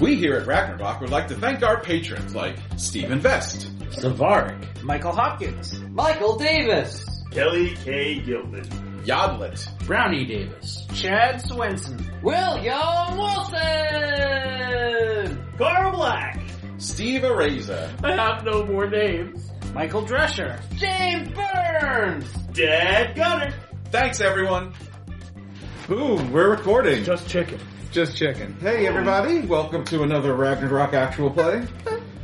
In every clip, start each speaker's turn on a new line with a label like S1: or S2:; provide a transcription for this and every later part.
S1: We here at Ragnarok would like to thank our patrons like Stephen Vest,
S2: Savaric, Michael Hopkins,
S3: Michael Davis,
S4: Kelly K. Gilman,
S1: Yodlet,
S2: Brownie Davis, Chad Swenson,
S3: William Wilson,
S4: Carl Black,
S1: Steve Areza,
S2: I have no more names, Michael Drescher,
S3: James Burns.
S4: Dad Gunner.
S1: Thanks, everyone. Boom, we're recording.
S5: Just chicken.
S1: Just checking. Hey, everybody. Welcome to another Ragnarok actual play.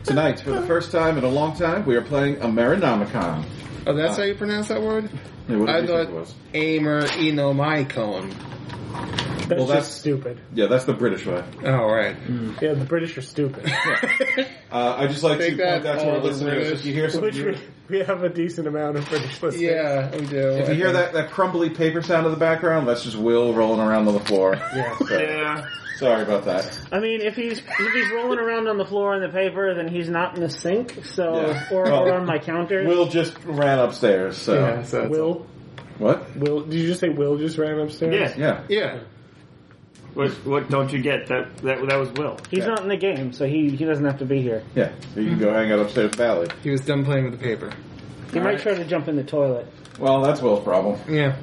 S1: Tonight, for the first time in a long time, we are playing Amerinomicon.
S5: Oh, that's how you pronounce that word?
S1: Yeah, what did
S5: I
S1: you think it
S5: thought
S1: was?
S5: Amer Enomicon.
S6: That's
S1: Well,
S6: just
S1: that's-
S6: stupid.
S1: Yeah, that's the British way.
S5: All right.
S6: Yeah, the British are stupid.
S1: Uh, I just like
S5: Take
S1: to point
S5: that,
S1: that to our
S5: all the
S1: listeners.
S5: British.
S1: If you hear some,
S6: Which we,
S1: if
S6: we have a decent amount of British listeners.
S5: yeah, we do.
S1: you hear that, that crumbly paper sound in the background, that's just Will rolling around on the floor.
S6: Yeah.
S1: So, Sorry about that.
S7: I mean, if he's if he's rolling around on the floor in the paper, then he's not in the sink. So
S1: Yeah.
S7: or,
S1: Well,
S7: or on my counter.
S1: Will just ran upstairs. So
S5: Yeah, so it's-
S6: Will,
S1: what?
S6: Will, did you just say Will just ran upstairs?
S4: Yeah.
S1: Yeah.
S5: Yeah.
S4: What, what don't you get? That that, that was Will.
S7: he's not in the game, so he he doesn't have to be here.
S1: Yeah, so you can go hang out upstairs with Valley.
S5: He was done playing with the paper.
S7: He might try to jump in the toilet.
S1: Well, that's Will's problem.
S5: Yeah.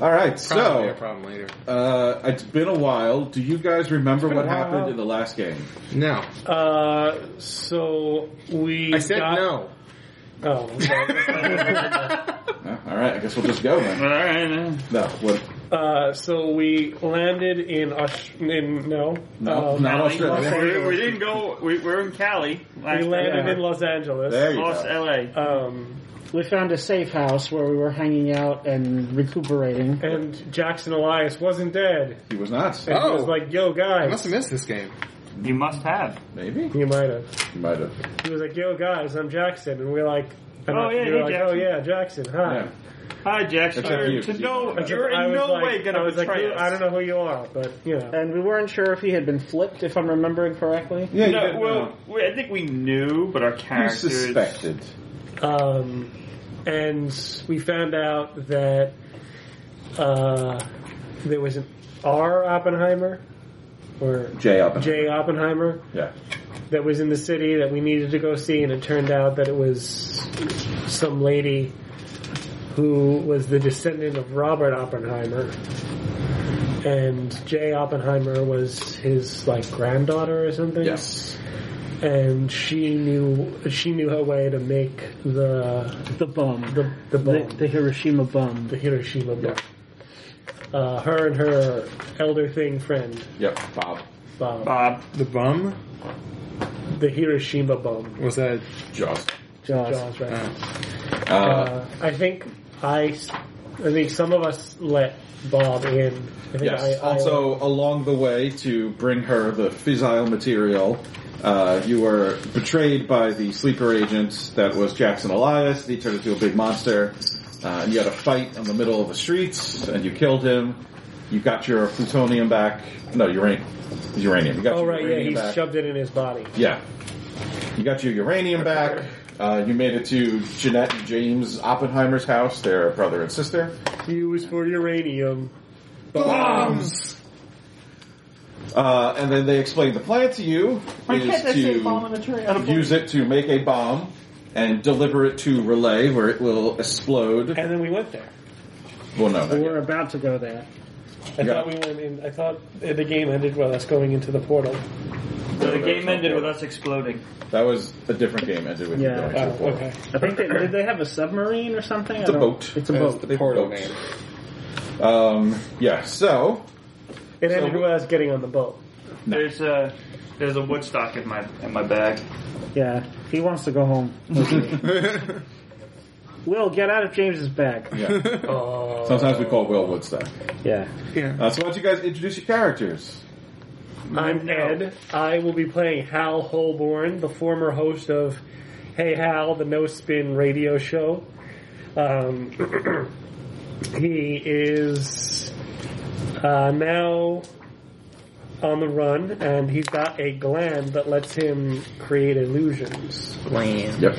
S1: All right,
S5: Probably a
S1: so
S5: problem later.
S1: uh, it's been a while. Do you guys remember
S6: been
S1: what
S6: a while.
S1: happened in the last game?
S5: No.
S6: Uh, so we.
S5: I said
S6: got-
S5: no.
S6: Oh, okay.
S1: Uh, all right, I guess we'll just go then.
S4: right.
S1: No, what?
S6: uh, so we landed in Aus- in no,
S1: No,
S6: uh,
S1: not Australia.
S4: We, we didn't go. We, we're in Cali.
S6: We landed in Los Angeles.
S1: There you
S4: Los
S1: go.
S4: L.A.
S6: Um,
S7: We found a safe house where we were hanging out and recuperating.
S6: and Jackson Elias wasn't dead.
S1: He was not.
S6: And he
S5: Oh.
S6: was like, "Yo,
S5: I
S6: guys,
S5: must have missed this game.
S4: You must have.
S1: Maybe
S6: you might have."
S1: he might have.
S6: he was like, "Yo, guys, I'm Jackson," and we're like, and
S4: Oh,
S6: I-
S4: yeah,
S6: we were
S4: hey,
S6: like,
S4: Jackson.
S6: "Oh yeah, Jackson, hi."
S1: Yeah.
S4: Hi, Jackson.
S1: Except you,
S4: To
S1: Steve.
S4: no,
S1: Except
S4: you're
S6: I
S4: in
S6: was
S4: no
S6: like-
S4: way going
S6: I
S4: to
S6: was like,
S4: betray
S6: "Who-
S4: us.
S6: I don't know who you are, but you know.
S7: And we weren't sure if he had been flipped, if I'm remembering correctly.
S1: Yeah, you
S4: No,
S1: didn't know.
S4: well, we, I think we knew, but our
S1: You
S4: characters.
S1: suspected.
S6: Um, and we found out that uh, there was an R Oppenheimer or
S1: Jay up.
S6: J Oppenheimer
S1: Yeah.
S6: that was in the city that we needed to go see, and it turned out that it was some lady who was the descendant of Robert Oppenheimer. And Jay Oppenheimer was his like granddaughter or something.
S1: Yes.
S6: And she knew she knew her way to make the
S7: The bum.
S6: the the bomb,
S7: The, the
S6: the,
S7: Hiroshima bum.
S6: Hiroshima bomb. Uh, her and her elder thing friend
S1: Yep. Bob.
S6: Bob,
S4: Bob.
S5: The bum?
S6: the Hiroshima bomb.
S5: Was that.
S1: Jaws.
S7: Jaws. Uh-huh.
S6: Jaws, right?
S5: Uh,
S1: Uh,
S6: Uh, I think I, s- I think some of us let Bob in. I think
S1: Yes.
S6: I, I-
S1: also, along the way to bring her the fissile material, uh, you were betrayed by the sleeper agent that was Jackson Elias. He turned into a big monster, uh, and you had a fight on the middle of the streets, and you killed him. You got your plutonium back. No, uranium. Uranium. You got
S6: oh
S1: your
S6: right, yeah,
S1: uranium
S6: he
S1: back.
S6: shoved it in his body.
S1: Yeah. You got your uranium back. Uh, you made it to Jeanette and James Oppenheimer's house. They're brother and sister.
S6: He was for uranium.
S1: Uh, and then they explain the plan to you is to use it to make a bomb and deliver it to Relay where it will explode.
S6: And then we went there.
S1: Well, no. not
S7: We
S1: yet.
S7: were about to go there.
S6: I
S1: Yeah.
S6: thought we went in. I thought uh, the game ended with us going into the portal.
S4: So the game ended with us exploding.
S1: That was a different game ended with
S7: Yeah.
S1: you going
S6: Oh,
S1: to a portal.
S6: okay.
S7: I think they, did they have a submarine or something?
S1: It's a
S7: I don't-
S1: boat.
S7: It's a
S5: that's
S7: boat.
S5: the portal
S1: Boat.
S5: name.
S1: Um, yeah, so.
S6: It ended
S1: So-
S6: with us getting on the boat.
S4: There's a there's a Woodstock in my in my bag.
S7: Yeah, he wants to go home. Will, get out of James's bag.
S1: Yeah.
S6: Oh,
S1: Sometimes we call Will Woodstock.
S7: Uh, Yeah.
S5: yeah.
S1: Uh, so why don't you guys introduce your characters?
S6: I'm Ed. I will be playing Hal Holborn, the former host of Hey Hal, the No Spin radio show. Um, he is uh, now on the run, and he's got a gland that lets him create illusions.
S5: Gland.
S1: Yep.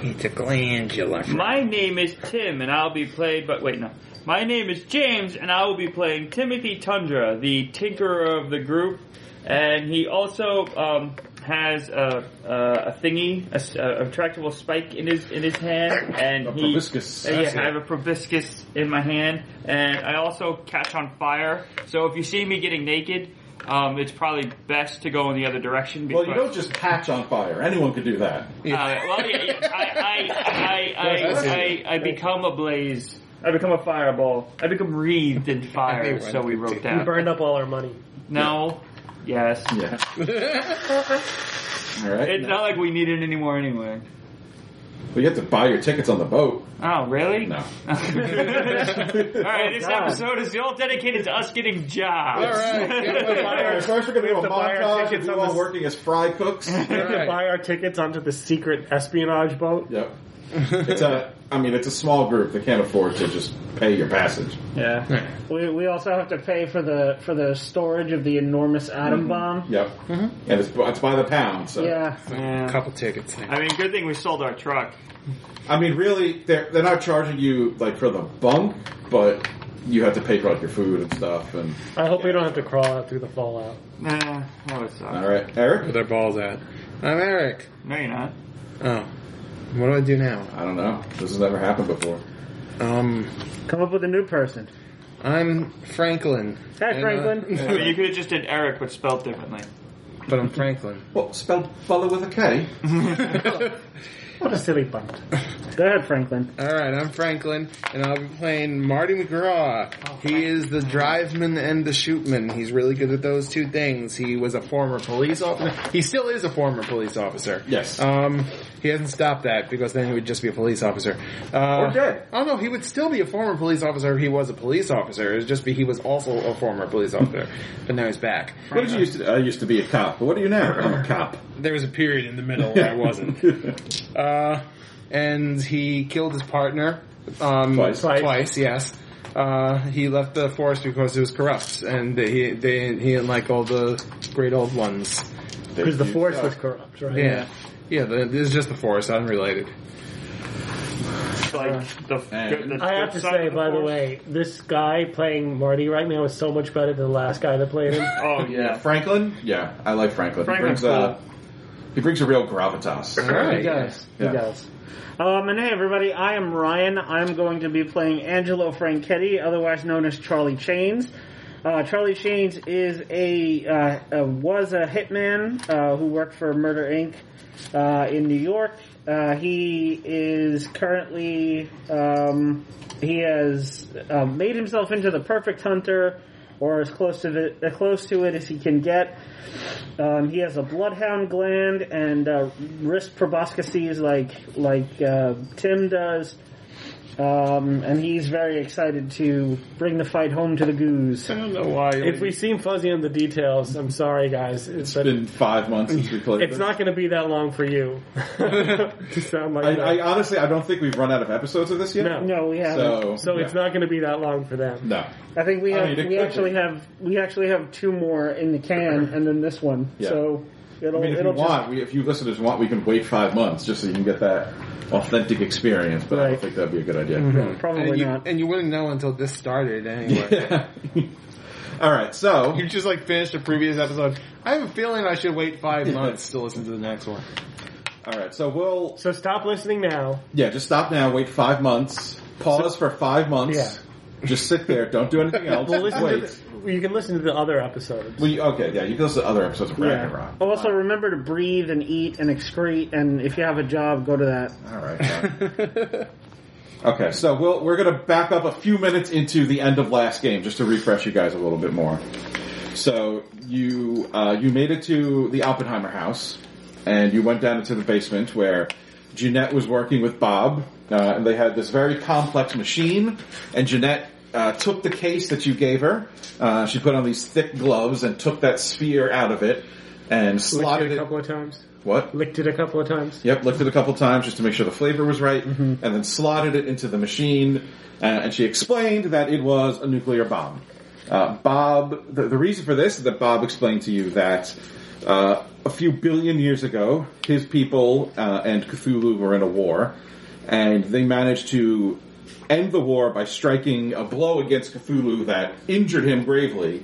S5: It's a glandular.
S4: My name is Tim, and I'll be played. But wait, no. My name is James, and I will be playing Timothy Tundra, the tinkerer of the group, and he also um, has a, a, a thingy, a, s- a retractable spike in his in his hand, and
S1: A
S4: he,
S1: proboscis.
S4: Uh, yeah,
S1: That's
S4: I
S1: it.
S4: have a proboscis in my hand, and I also catch on fire. So if you see me getting naked, um, it's probably best to go in the other direction. Because,
S1: Well, you don't just catch on fire. Anyone could do that.
S4: uh, well, yeah, yeah, I, I, I,
S5: That's
S4: I, I, I become ablaze. I become a fireball. I become wreathed in fire.
S5: Everyone
S4: so we
S5: could
S4: wrote
S6: We
S4: that.
S6: burned up all our money.
S4: No. Yes.
S1: Yeah. All right.
S4: It's not like we need it anymore anyway.
S1: Well, you have to buy your tickets on the boat.
S4: Oh, really?
S1: No.
S4: All right, this episode is all dedicated to us getting jobs.
S5: All right.
S1: First, we're going to do a
S6: to buy our
S1: montage of
S6: tickets
S1: you
S6: on
S1: all
S6: this-
S1: working as fry cooks.
S6: We have to
S5: Right.
S6: buy our tickets onto the secret espionage boat.
S1: yep. It's a. I mean, it's a small group that can't afford to just pay your passage.
S4: yeah.
S7: We, we also have to pay for the for the storage of the enormous
S1: Mm-hmm.
S7: atom bomb.
S1: Yep.
S6: Mm-hmm.
S1: And it's, it's by the pound. So
S7: Yeah.
S5: Couple tickets. Now.
S4: I mean, good thing we sold our truck.
S1: I mean, really, they're they're not charging you like for the bunk, but you have to pay for like your food and stuff. And
S6: I hope we don't have to crawl out through the fallout.
S4: Nah, that would suck.
S1: all right,
S5: Where
S1: Eric.
S5: their balls at? I'm Eric.
S4: No, you're not.
S5: Oh, what do I do now?
S1: I don't know. This has never happened before.
S5: Um,
S7: Come up with a new person.
S5: I'm Franklin.
S7: Hi,
S5: And, uh,
S7: Franklin.
S4: I mean, you could have just did Eric, but spelled differently.
S5: but I'm Franklin.
S1: Well, spelled fella with a K.
S7: What a silly bunt. Go ahead, Franklin.
S5: All right, I'm Franklin, and I'll be playing Marty McGraw. he is the driveman and the shootman. He's really good at those two things. He was a former police officer. He still is a former police officer.
S1: Yes.
S5: Um, he hasn't stopped that because then he would just be a police officer. Uh,
S1: Or dead.
S5: Oh no, he would still be a former police officer if he was a police officer. It would just be he was also a former police officer, but now he's back.
S1: What did you used to? I used to be a cop. But what are you now? I'm a cop.
S5: There was a period in the middle where I wasn't. Uh, and he killed his partner um,
S1: Twice.
S5: Twice, yes. Uh, he left the force because he was corrupt, and they, he they, he didn't like all the great old ones.
S1: Because
S6: The force was corrupt, right?
S5: Yeah, yeah. the, this is just the force, unrelated.
S4: It's Like the, good, the
S6: I have
S4: good
S6: to
S4: side
S6: say,
S4: of
S6: by the
S4: force.
S6: way, this guy playing Marty right now is so much better than the last guy that played him.
S4: Oh yeah.
S1: Franklin. Yeah, I like Franklin.
S4: Franklin's
S1: he brings a he brings a real gravitas.
S6: Uh-huh.
S5: All right.
S7: He does.
S1: Yeah.
S7: He does. Um, and hey, everybody, I am Ryan. I'm going to be playing Angelo Franchetti, otherwise known as Charlie Chains. Uh, Charlie Chains is a uh, uh, was a hitman uh, who worked for Murder Inc. Uh, in New York. Uh, he is currently um, he has uh, made himself into the perfect hunter, or as close to the, as close to it as he can get. Um, he has a bloodhound gland and uh, wrist proboscises like like uh, Tim does, um, and he's very excited to bring the fight home to the goose.
S5: I don't know why.
S6: if we seem fuzzy on the details, I'm sorry, guys. It's,
S1: It's been five months since we played.
S6: it's
S1: this.
S6: not going to be that long for you to sound like
S1: I,
S6: that.
S1: I honestly, I don't think we've run out of episodes of this yet.
S6: No.
S7: No, we haven't.
S1: So,
S6: so it's
S1: yeah.
S6: not going to be that long for them.
S1: No.
S7: I think we
S1: I
S7: have.
S1: mean, it
S7: we
S1: could
S7: actually
S1: be.
S7: have. We actually have two more in the can, and then this one.
S1: Yeah.
S7: So it'll
S1: I mean, if
S7: it'll
S1: you want, we, if you listeners want, we can wait five months just so you can get that authentic experience. But I don't
S7: Right.
S1: think that'd be a good idea.
S6: Mm-hmm.
S7: just probably
S5: and you,
S7: not.
S5: and you wouldn't know until this started anyway.
S1: Yeah. All right. So
S5: You just like finished the previous episode. I have a feeling I should wait five months to listen to the next one.
S1: all right. So we'll
S6: So stop listening now.
S1: yeah. Just stop now. Wait five months. Pause for five months. Just sit there. Don't do anything else.
S6: Well, listen
S1: wait.
S6: to the, you can listen to the other episodes.
S1: We, okay, yeah, you can listen to other episodes of
S7: yeah. Oh,
S1: Ragnarok.
S7: Also, remember to breathe and eat and excrete, and if you have a job, go to that.
S1: All right. okay, so we'll, we're going to back up a few minutes into the end of last game just to refresh you guys a little bit more. So you uh, you made it to the Oppenheimer house, and you went down into the basement where Jeanette was working with Bob, uh, and they had this very complex machine. And Jeanette uh, took the case that you gave her. Uh, she put on these thick gloves and took that sphere out of it and
S6: Licked
S1: slotted
S6: it a
S1: it.
S6: couple of times.
S1: What?
S6: Licked it a couple of times.
S1: Yep, looked it a couple times just to make sure the flavor was right, and then slotted it into the machine. Uh, and she explained that it was a nuclear bomb. Uh, Bob, the, the reason for this is that Bob explained to you that uh, a few billion years ago, his people uh, and Cthulhu were in a war, and they managed to end the war by striking a blow against Cthulhu that injured him gravely.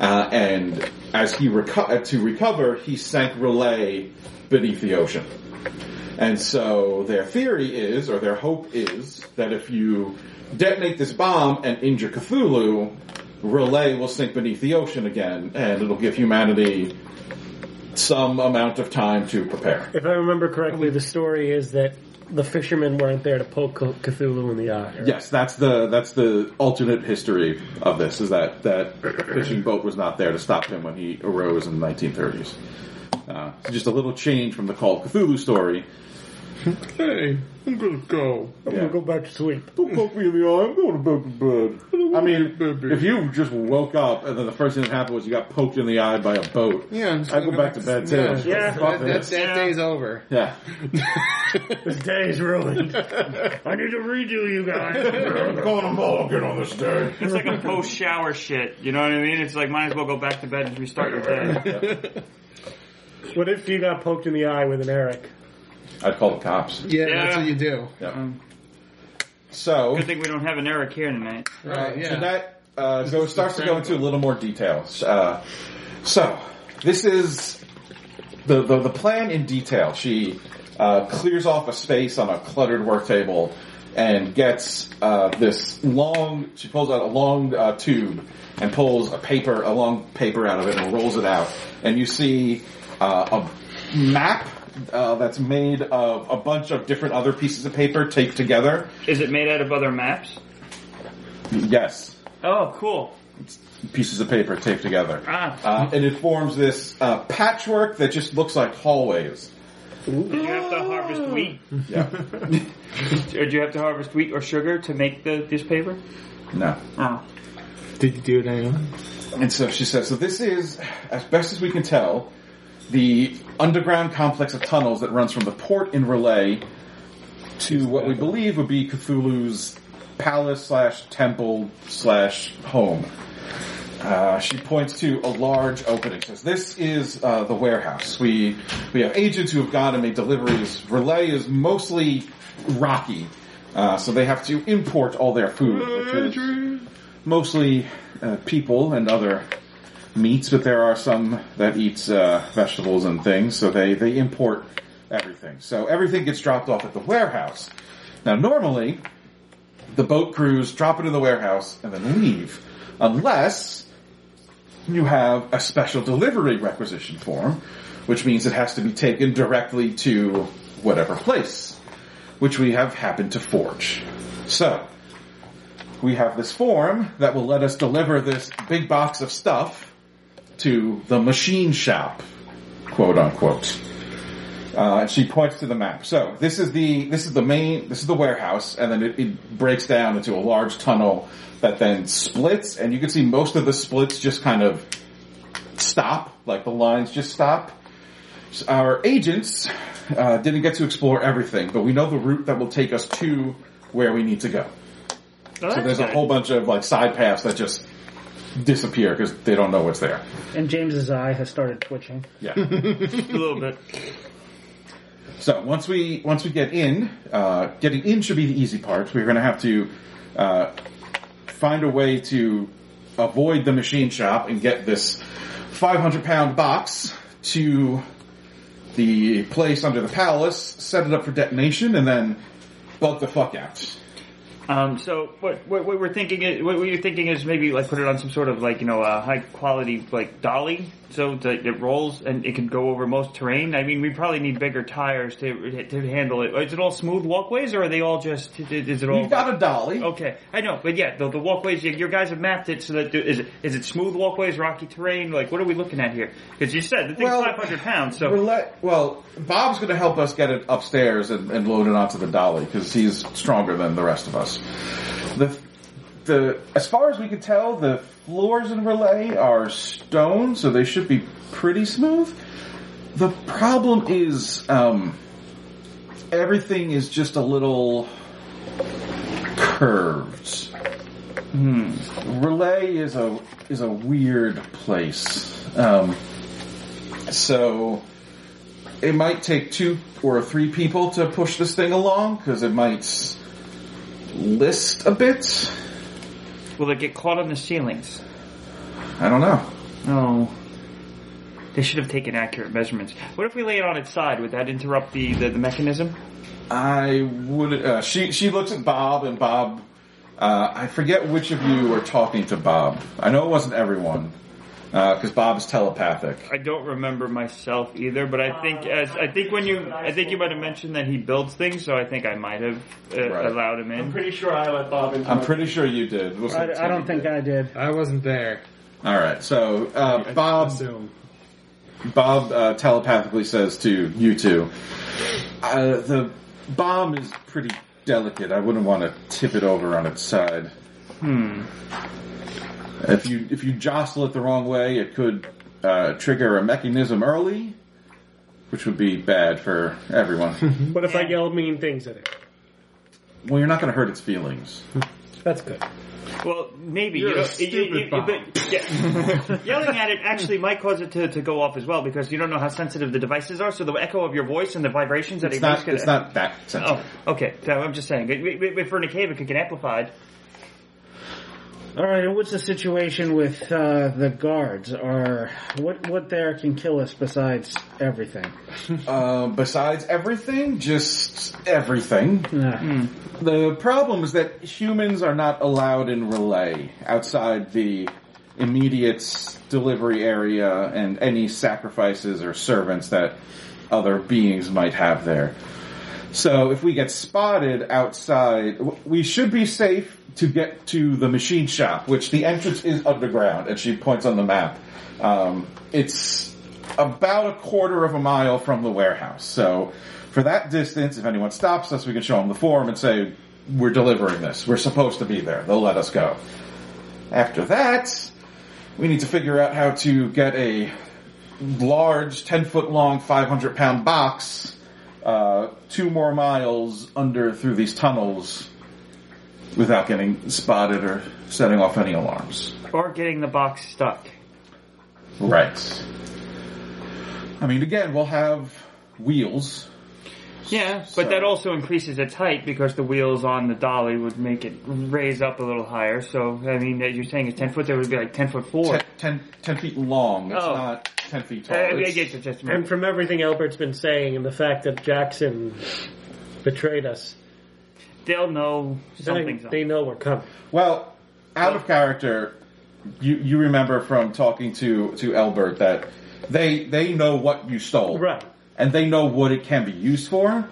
S1: Uh, and as he reco- to recover, he sank Relay beneath the ocean. And so their theory is, or their hope is, that if you detonate this bomb and injure Cthulhu, Relay will sink beneath the ocean again, and it'll give humanity some amount of time to prepare.
S6: If I remember correctly, the story is that the fishermen weren't there to poke C- Cthulhu in the eye. right?
S1: Yes, that's the that's the alternate history of this. Is that that fishing boat was not there to stop him when he arose in the 1930s. Uh, so just a little change from the Call of Cthulhu story.
S5: Hey, I'm gonna go.
S6: I'm
S1: Yeah.
S6: gonna go back to sleep.
S1: Don't poke me in the eye. I'm going to bed. To bed. I mean,
S5: Baby.
S1: if you just woke up and then the first thing that happened was you got poked in the eye by a boat.
S5: Yeah, I'm just
S1: I'd
S5: gonna
S1: go back to bed too.
S5: Yeah,
S1: Fuck
S5: that, that,
S1: this.
S5: that day's over.
S1: yeah.
S6: This day is ruined.
S7: I need to redo you guys.
S1: I'm going to Mulligan on this day.
S4: It's like a post shower shit. You know what I mean? It's like might as well go back to bed and restart your day.
S6: what if you got poked in the eye with an Eric?
S1: I'd call the cops.
S5: Yeah,
S4: Yeah.
S5: that's what you do.
S1: Yeah. So
S4: Good thing we don't have an Eric here tonight.
S5: Right, yeah.
S1: So that uh, go, starts to go into a little more details. Uh, so this is the, the the plan in detail. She uh, clears off a space on a cluttered work table and gets uh, this long. She pulls out a long uh, tube and pulls a paper, a long paper out of it, and rolls it out. And you see uh, a map. Uh, that's made of a bunch of different other pieces of paper taped together.
S4: Is it made out of other maps?
S1: Yes,
S4: Oh, cool.
S1: pieces of paper taped together.
S4: Ah.
S1: Uh, and it forms this uh, patchwork that just looks like hallways.
S4: Did you have to harvest wheat?
S1: Yeah.
S4: Or do you have to harvest wheat or sugar to make the this paper?
S1: no.
S4: Oh.
S5: Did you do it anyway?
S1: And so she says, so this is, as best as we can tell, the underground complex of tunnels that runs from the port in Relay to what we believe would be Cthulhu's palace slash temple slash home. Uh, she points to a large opening. Says, "This is uh, the warehouse. We we have agents who have gone and made deliveries. Relay is mostly rocky, uh, so they have to import all their food, which is mostly uh, people and other meats. But there are some that eats uh, vegetables and things, so they they import everything. So everything gets dropped off at the warehouse. Now, normally, the boat crews drop it in the warehouse and then leave, unless." you have a special delivery requisition form, which means it has to be taken directly to whatever place, which we have happened to forge. So, we have this form that will let us deliver this big box of stuff to the machine shop, quote unquote. Uh, and she points to the map. So this is the this is the main this is the warehouse, and then it, it breaks down into a large tunnel that then splits, and you can see most of the splits just kind of stop, like the lines just stop. S- Our agents uh, didn't get to explore everything, but we know the route that will take us to where we need to go. So there's a whole bunch of like side paths that just disappear because they don't know what's there.
S7: and James's eye has started twitching.
S1: Yeah.
S4: A little bit.
S1: So once we once we get in, uh, getting in should be the easy part. We're going to have to uh, find a way to avoid the machine shop and get this 500 pound box to the place under the palace, set it up for detonation, and then bug the fuck out.
S4: Um, so what, what what we're thinking is what you're thinking is maybe like put it on some sort of like you know a high quality like dolly so that it rolls and it can go over most terrain. I mean we probably need bigger tires to to handle it. Is it all smooth walkways or are they all just is it all?
S1: We've got a dolly.
S4: Okay, I know, but yeah, the, the walkways. You, your guys have mapped it so that is it is it smooth walkways, rocky terrain? Like, what are we looking at here? Because you said the thing's
S1: Well,
S4: 500 pounds, so
S1: We're let- well, Bob's going to help us get it upstairs and, and load it onto the dolly because he's stronger than the rest of us. The, the as far as we can tell, the floors in Relay are stone, so they should be pretty smooth. The problem is um, everything is just a little curved. Hmm. Relay is a is a weird place. Um, so it might take two or three people to push this thing along because it might list a bit.
S4: will it get caught on the ceilings?
S1: I don't know.
S4: Oh. They should have taken accurate measurements. What if we lay it on its side? Would that interrupt the, the, the mechanism?
S1: I would. Uh, she she looks at Bob, and Bob. Uh, I forget which of you were talking to Bob. I know it wasn't everyone, because Bob is telepathic.
S4: I don't remember myself either, but I think as I think when you I think you might have mentioned that he builds things, so I think I might have uh,
S1: Right.
S4: allowed him in.
S6: pretty sure I let Bob in.
S1: I'm pretty sure you did. We'll see
S7: I, I don't think I did.
S5: I wasn't there.
S1: All right. So uh,
S5: I
S1: Bob
S5: assume.
S1: Bob uh, telepathically says to you two, uh, the bomb is pretty delicate. I wouldn't want to tip it over on its side.
S4: Hmm.
S1: If you if you jostle it the wrong way, it could uh, trigger a mechanism early, which would be bad for everyone.
S6: What if I yell mean things at it?
S1: well, you're not going to hurt its feelings.
S6: That's good.
S4: Well, maybe
S5: You're
S4: you
S5: a
S4: know,
S5: stupid Bob.
S4: but yeah. yelling at it actually might cause it to, to go off as well because you don't know how sensitive the devices are. So the echo of your voice and the vibrations that
S1: It's
S4: it makes
S1: not
S4: could-
S1: it's not that sensitive.
S4: Oh, okay. So I'm just saying, if- if if we're in a cave, it could get amplified.
S7: All right, and what's the situation with uh, the guards? Or what? What there can kill us besides everything?
S1: Um, besides everything, just everything.
S7: Yeah.
S1: The problem is that humans are not allowed in relay outside the immediate delivery area and any sacrifices or servants that other beings might have there. So if we get spotted outside, w- we should be safe to get to the machine shop, which the entrance is underground, and she points on the map. Um, it's about a quarter of a mile from the warehouse. So for that distance, if anyone stops us, we can show them the form and say, we're delivering this. We're supposed to be there. They'll let us go. After that, we need to figure out how to get a large, 10 foot long, 500 pound box, uh, two more miles under through these tunnels without getting spotted or setting off any alarms.
S4: Or getting the box stuck.
S1: Right. I mean, again, we'll have wheels.
S4: Yeah,
S1: So-
S4: but that also increases its height because the wheels on the dolly would make it raise up a little higher. So I mean, as you're saying, it's ten foot. There would be like ten foot four.
S1: Ten, ten, 10 feet long. It's
S4: Oh.
S1: not 10 feet
S4: Uh,
S1: tall.
S4: I
S1: It's-
S4: get your testimony.
S6: And from everything Albert's been saying and the fact that Jackson betrayed us,
S4: They'll know
S6: they,
S4: something's up.
S6: they know we're coming.
S1: Well, out of character, you you remember from talking to to Elbert that they they know what you stole,
S6: Right.
S1: And they know what it can be used for.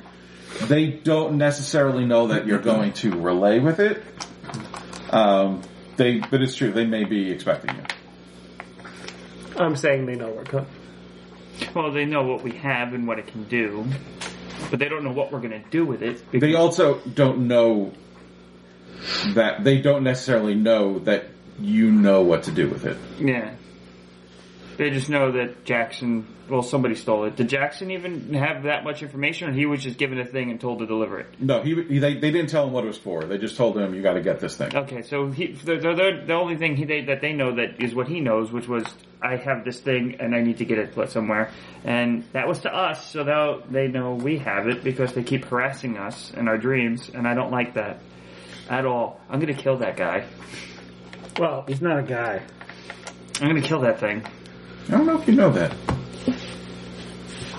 S1: They don't necessarily know that you're going to relay with it. Um, they, but it's true. They may be expecting you.
S6: I'm saying they know we're coming.
S4: Well, they know what we have and what it can do, but they don't know what we're going to do with it.
S1: They
S4: because-
S1: also don't know that they don't necessarily know that you know what to do with it.
S4: yeah. They just know that Jackson. Well, somebody stole it. Did Jackson even have that much information, or he was just given a thing and told to deliver it?
S1: No, he, he they, they didn't tell him what it was for. They just told him you got to get this thing.
S4: Okay, so he, the, the, the, the only thing he, they, that they know that is what he knows, which was I have this thing and I need to get it put somewhere, and that was to us. So now they know we have it because they keep harassing us in our dreams, and I don't like that at all. I'm gonna kill that guy.
S6: Well,
S7: He's not a guy.
S4: I'm gonna kill that thing.
S1: I don't know if you know that.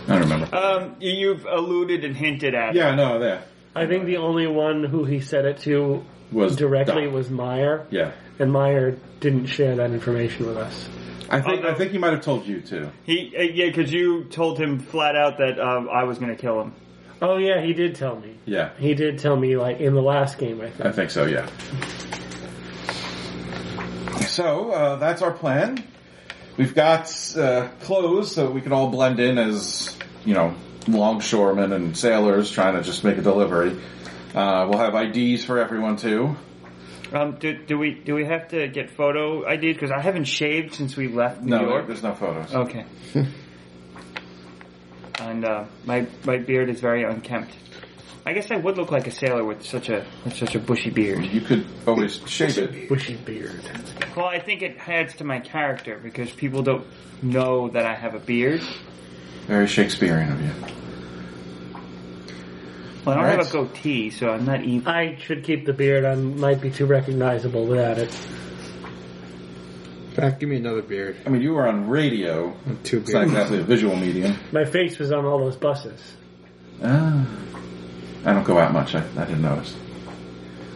S1: I don't remember.
S4: Um, you, you've alluded and hinted at.
S1: Yeah, no, that
S6: I think the only one who he said it to
S1: was
S6: directly
S1: Doc.
S6: was Meyer,
S1: Yeah,
S6: and Meyer didn't share that information with us.
S1: I think
S4: Although-
S1: I think he might have told you too.
S4: He, uh, yeah, because you told him flat out that um, I was gonna kill him.
S6: Oh yeah, he did tell me.
S1: Yeah,
S6: He did tell me like in the last game, I think.
S1: I think so. Yeah. So uh, that's our plan. We've got uh, clothes so we can all blend in as you know longshoremen and sailors trying to just make a delivery. Uh, we'll have IDs for everyone too.
S4: Um, do, do we do we have to get photo ID? Because I haven't shaved since we left New
S1: No,
S4: York.
S1: there's no photos.
S4: Okay. and uh, my my beard is very unkempt. I guess I would look like a sailor with such a with such a bushy beard.
S1: You could always shave it.
S6: Bushy beard.
S4: Well, I think it adds to my character because people don't know that I have a beard.
S1: Very Shakespearean of you.
S4: Well, I don't
S1: Alright.
S4: have a goatee, so I'm not evil.
S6: I should keep the beard. I might be too recognizable without it.
S5: Back, Uh, give me another beard.
S1: I mean, you were on radio.
S5: Two
S1: It's not
S5: beards.
S1: exactly a visual medium.
S6: My face was on all those buses.
S1: Ah. I don't go out much. I, I didn't notice.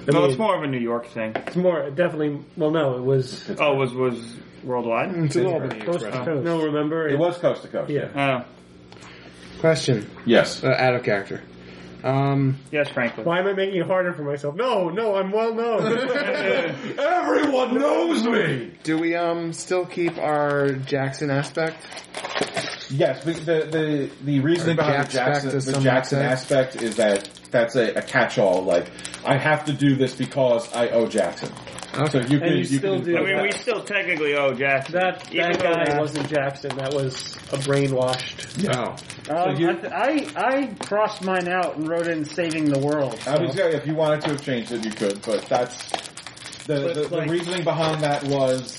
S6: I
S4: No,
S6: mean,
S4: it's more of a New York thing.
S6: it's more definitely. Well, no, it was
S4: Oh, was was worldwide?
S6: Mm.
S5: It's a little bit
S6: coast to
S5: expressive.
S6: coast. No, remember
S1: It was coast to coast.
S6: Yeah,
S4: Uh,
S5: Question.
S1: Yes.
S5: Uh, out of character. Um,
S4: yes, Franklin.
S6: why am I making it harder for myself? No, no, I'm well known.
S1: Everyone knows me.
S5: do we um still keep our Jackson aspect?
S1: Yes, the the the, the reasoning
S5: Or
S1: behind the
S5: Jack's back
S1: Jackson,
S5: to
S1: the
S5: some
S1: Jackson
S5: extent.
S1: aspect is that that's a, a catch-all. Like I have to do this because I owe Jackson. So you can
S6: you
S1: you
S6: still
S1: can,
S6: do.
S4: I mean, we still technically owe Jackson.
S6: that
S4: even
S6: that
S4: though
S6: guy
S4: that-
S6: wasn't Jackson. That was a brainwashed.
S5: No.
S7: Um,
S1: you-
S7: I, th- I I crossed mine out and wrote in "Saving the World."
S1: I was gonna- if you wanted to have changed it, you could, but that's the
S6: But,
S1: the,
S6: like-
S1: the reasoning behind that was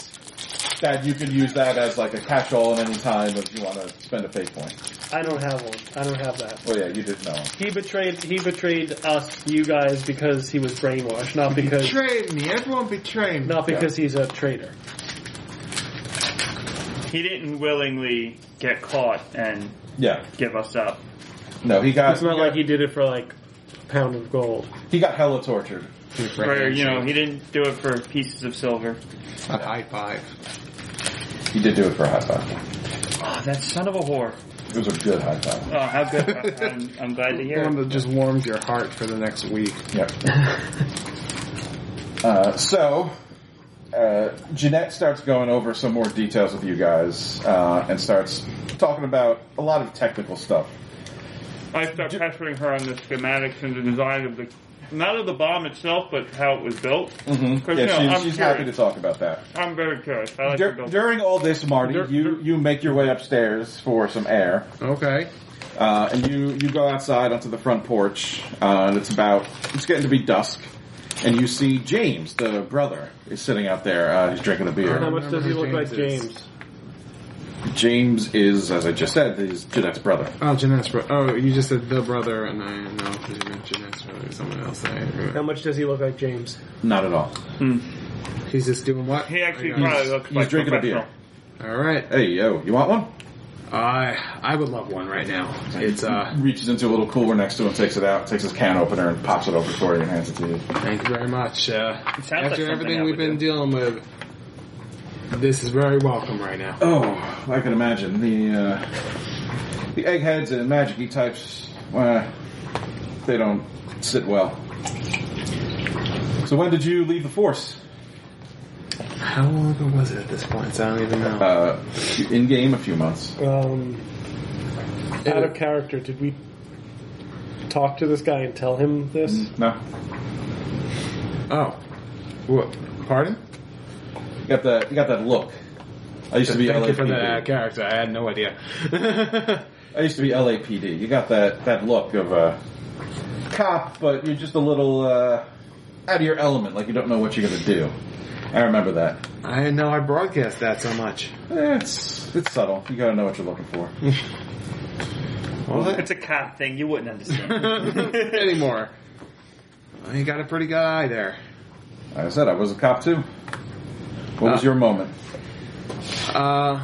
S1: that you could use that as like a catch-all at any time if you want to spend a fate point.
S6: I don't have one. I don't have that.
S1: Well, yeah, you did know. him.
S6: He betrayed. He betrayed us, you guys, because he was brainwashed, not because
S5: Betray me. Everyone betray me.
S6: not because he's a traitor.
S4: he didn't willingly get caught and
S1: Yeah,
S4: give us up.
S1: no, he got
S6: It's not
S1: he
S6: like
S1: got,
S6: he did it for like a pound of gold.
S1: he got hella tortured.
S4: Or, you know, he didn't do it for pieces of silver.
S5: A high five.
S1: He did do it for a high five.
S4: Oh, that son of a whore.
S1: It was a good high five.
S4: Oh, how good. I'm, I'm glad to hear
S5: One
S4: it.
S5: that just warms your heart for the next week.
S1: Yep. uh, so, uh, Jeanette starts going over some more details with you guys uh, and starts talking about a lot of technical stuff.
S4: I start pestering her on the schematics and the design of the, not of the bomb itself, but how it was built.
S1: Mm-hmm.
S4: 'Cause,
S1: Yeah,
S4: you know,
S1: she's,
S4: I'm
S1: she's
S4: curious.
S1: happy to talk about that.
S4: I'm very curious. I like
S1: Dur-
S4: to build.
S1: during all this, Marty, you, you make your way upstairs for some air,
S5: Okay.
S1: uh, and you, you go outside onto the front porch, uh, and it's about, it's getting to be dusk, and you see James, the brother, is sitting out there, uh, he's drinking a beer.
S6: How much does he look
S5: remember
S6: like,
S5: who James
S6: James?
S1: James is, as I just said, is Jeanette's brother.
S5: Oh, Jeanette's brother. Oh, you just said the brother, and I didn't know if you meant Jeanette's brother or someone else. I didn't
S6: How
S5: remember.
S6: much does he look like, James?
S1: Not at all.
S5: He's just doing what?
S4: He actually
S5: I got it.
S4: probably looks
S1: he's
S4: like
S1: drinking a beer.
S4: professional.
S5: All right.
S1: Hey, yo, you want one?
S5: I I would love one right now. It's uh.
S1: Reaches into a little cooler next to him, takes it out, takes his can opener, and pops it over for you and hands it to you.
S5: Thank you very much. Uh,
S4: It sounds like
S5: after
S4: something I
S5: everything we've
S4: would
S5: been
S4: do.
S5: dealing with, this is very welcome right now.
S1: Oh, I can imagine the uh, the eggheads and magicy types. Uh, they don't sit well. So when did you leave the force?
S5: How long ago was it at this point? I don't even know.
S1: Uh, in game, a few months.
S6: Um, out of character, did we talk to this guy and tell him this?
S1: No,
S5: Oh, what? Pardon?
S1: you got that. You got that look. I used to be
S5: Thank you for that uh,
S1: LAPD.
S5: character. I had no idea.
S1: I used to be LAPD. You got that that look of a cop, but you're just a little uh, out of your element. Like you don't know what you're gonna do. I remember that.
S5: I didn't know I broadcast that so much.
S1: Eh, It's it's subtle. You gotta know what you're looking for.
S5: Well, that-
S4: It's a cop thing. You wouldn't understand.
S5: anymore. Well, you got a pretty good eye there.
S1: Like I said, I was a cop too. What was
S5: Ah.
S1: your moment?
S5: Uh,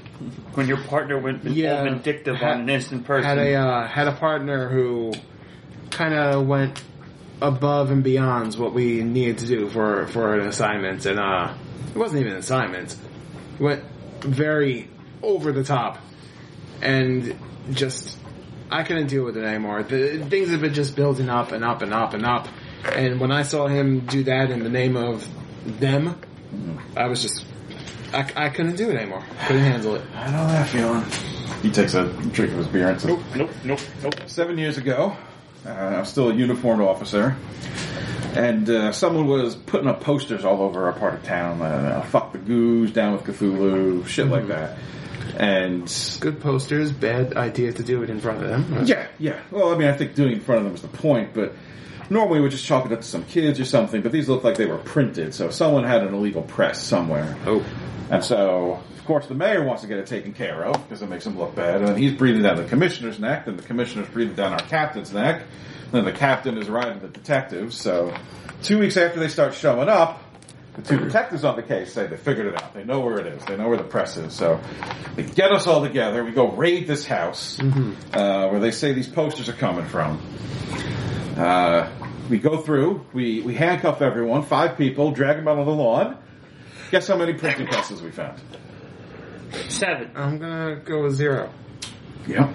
S4: when your partner went all
S5: Yeah.
S4: vindictive
S5: Had-
S4: on an innocent person.
S5: had a uh, had a partner who kind of went above and beyond what we needed to do for for an assignment, and uh, it wasn't even an assignment. Went very over the top, and just I couldn't deal with it anymore. The things have been just building up and up and up and up, and when I saw him do that in the name of them, I was just. I, I couldn't do it anymore. Couldn't handle it.
S1: I know that feeling. He takes a drink of his beer and says,
S4: Nope, nope, nope.
S1: Seven years ago, uh, I was still a uniformed officer, and uh, someone was putting up posters all over our part of town. Uh, fuck the goose, down with Cthulhu, shit like that. And
S5: Good posters, bad idea to do it in front of them.
S1: Yeah, yeah. Well, I mean, I think doing it in front of them was the point, but normally we just chalk it up to some kids or something, but these looked like they were printed, so someone had an illegal press somewhere.
S5: Oh.
S1: And so, of course, the mayor wants to get it taken care of because it makes him look bad, and then he's breathing down the commissioner's neck, then the commissioner's breathing down our captain's neck, then the captain is riding the detective, so two weeks after they start showing up, The two detectives on the case say they figured it out. They know where it is. They know where the press is. So they get us all together. We go raid this house uh, where they say these posters are coming from. Uh, we go through. We, we handcuff everyone. Five people. Drag them out on the lawn. Guess how many printing presses we found?
S4: Seven.
S5: I'm gonna go with zero.
S1: Yeah.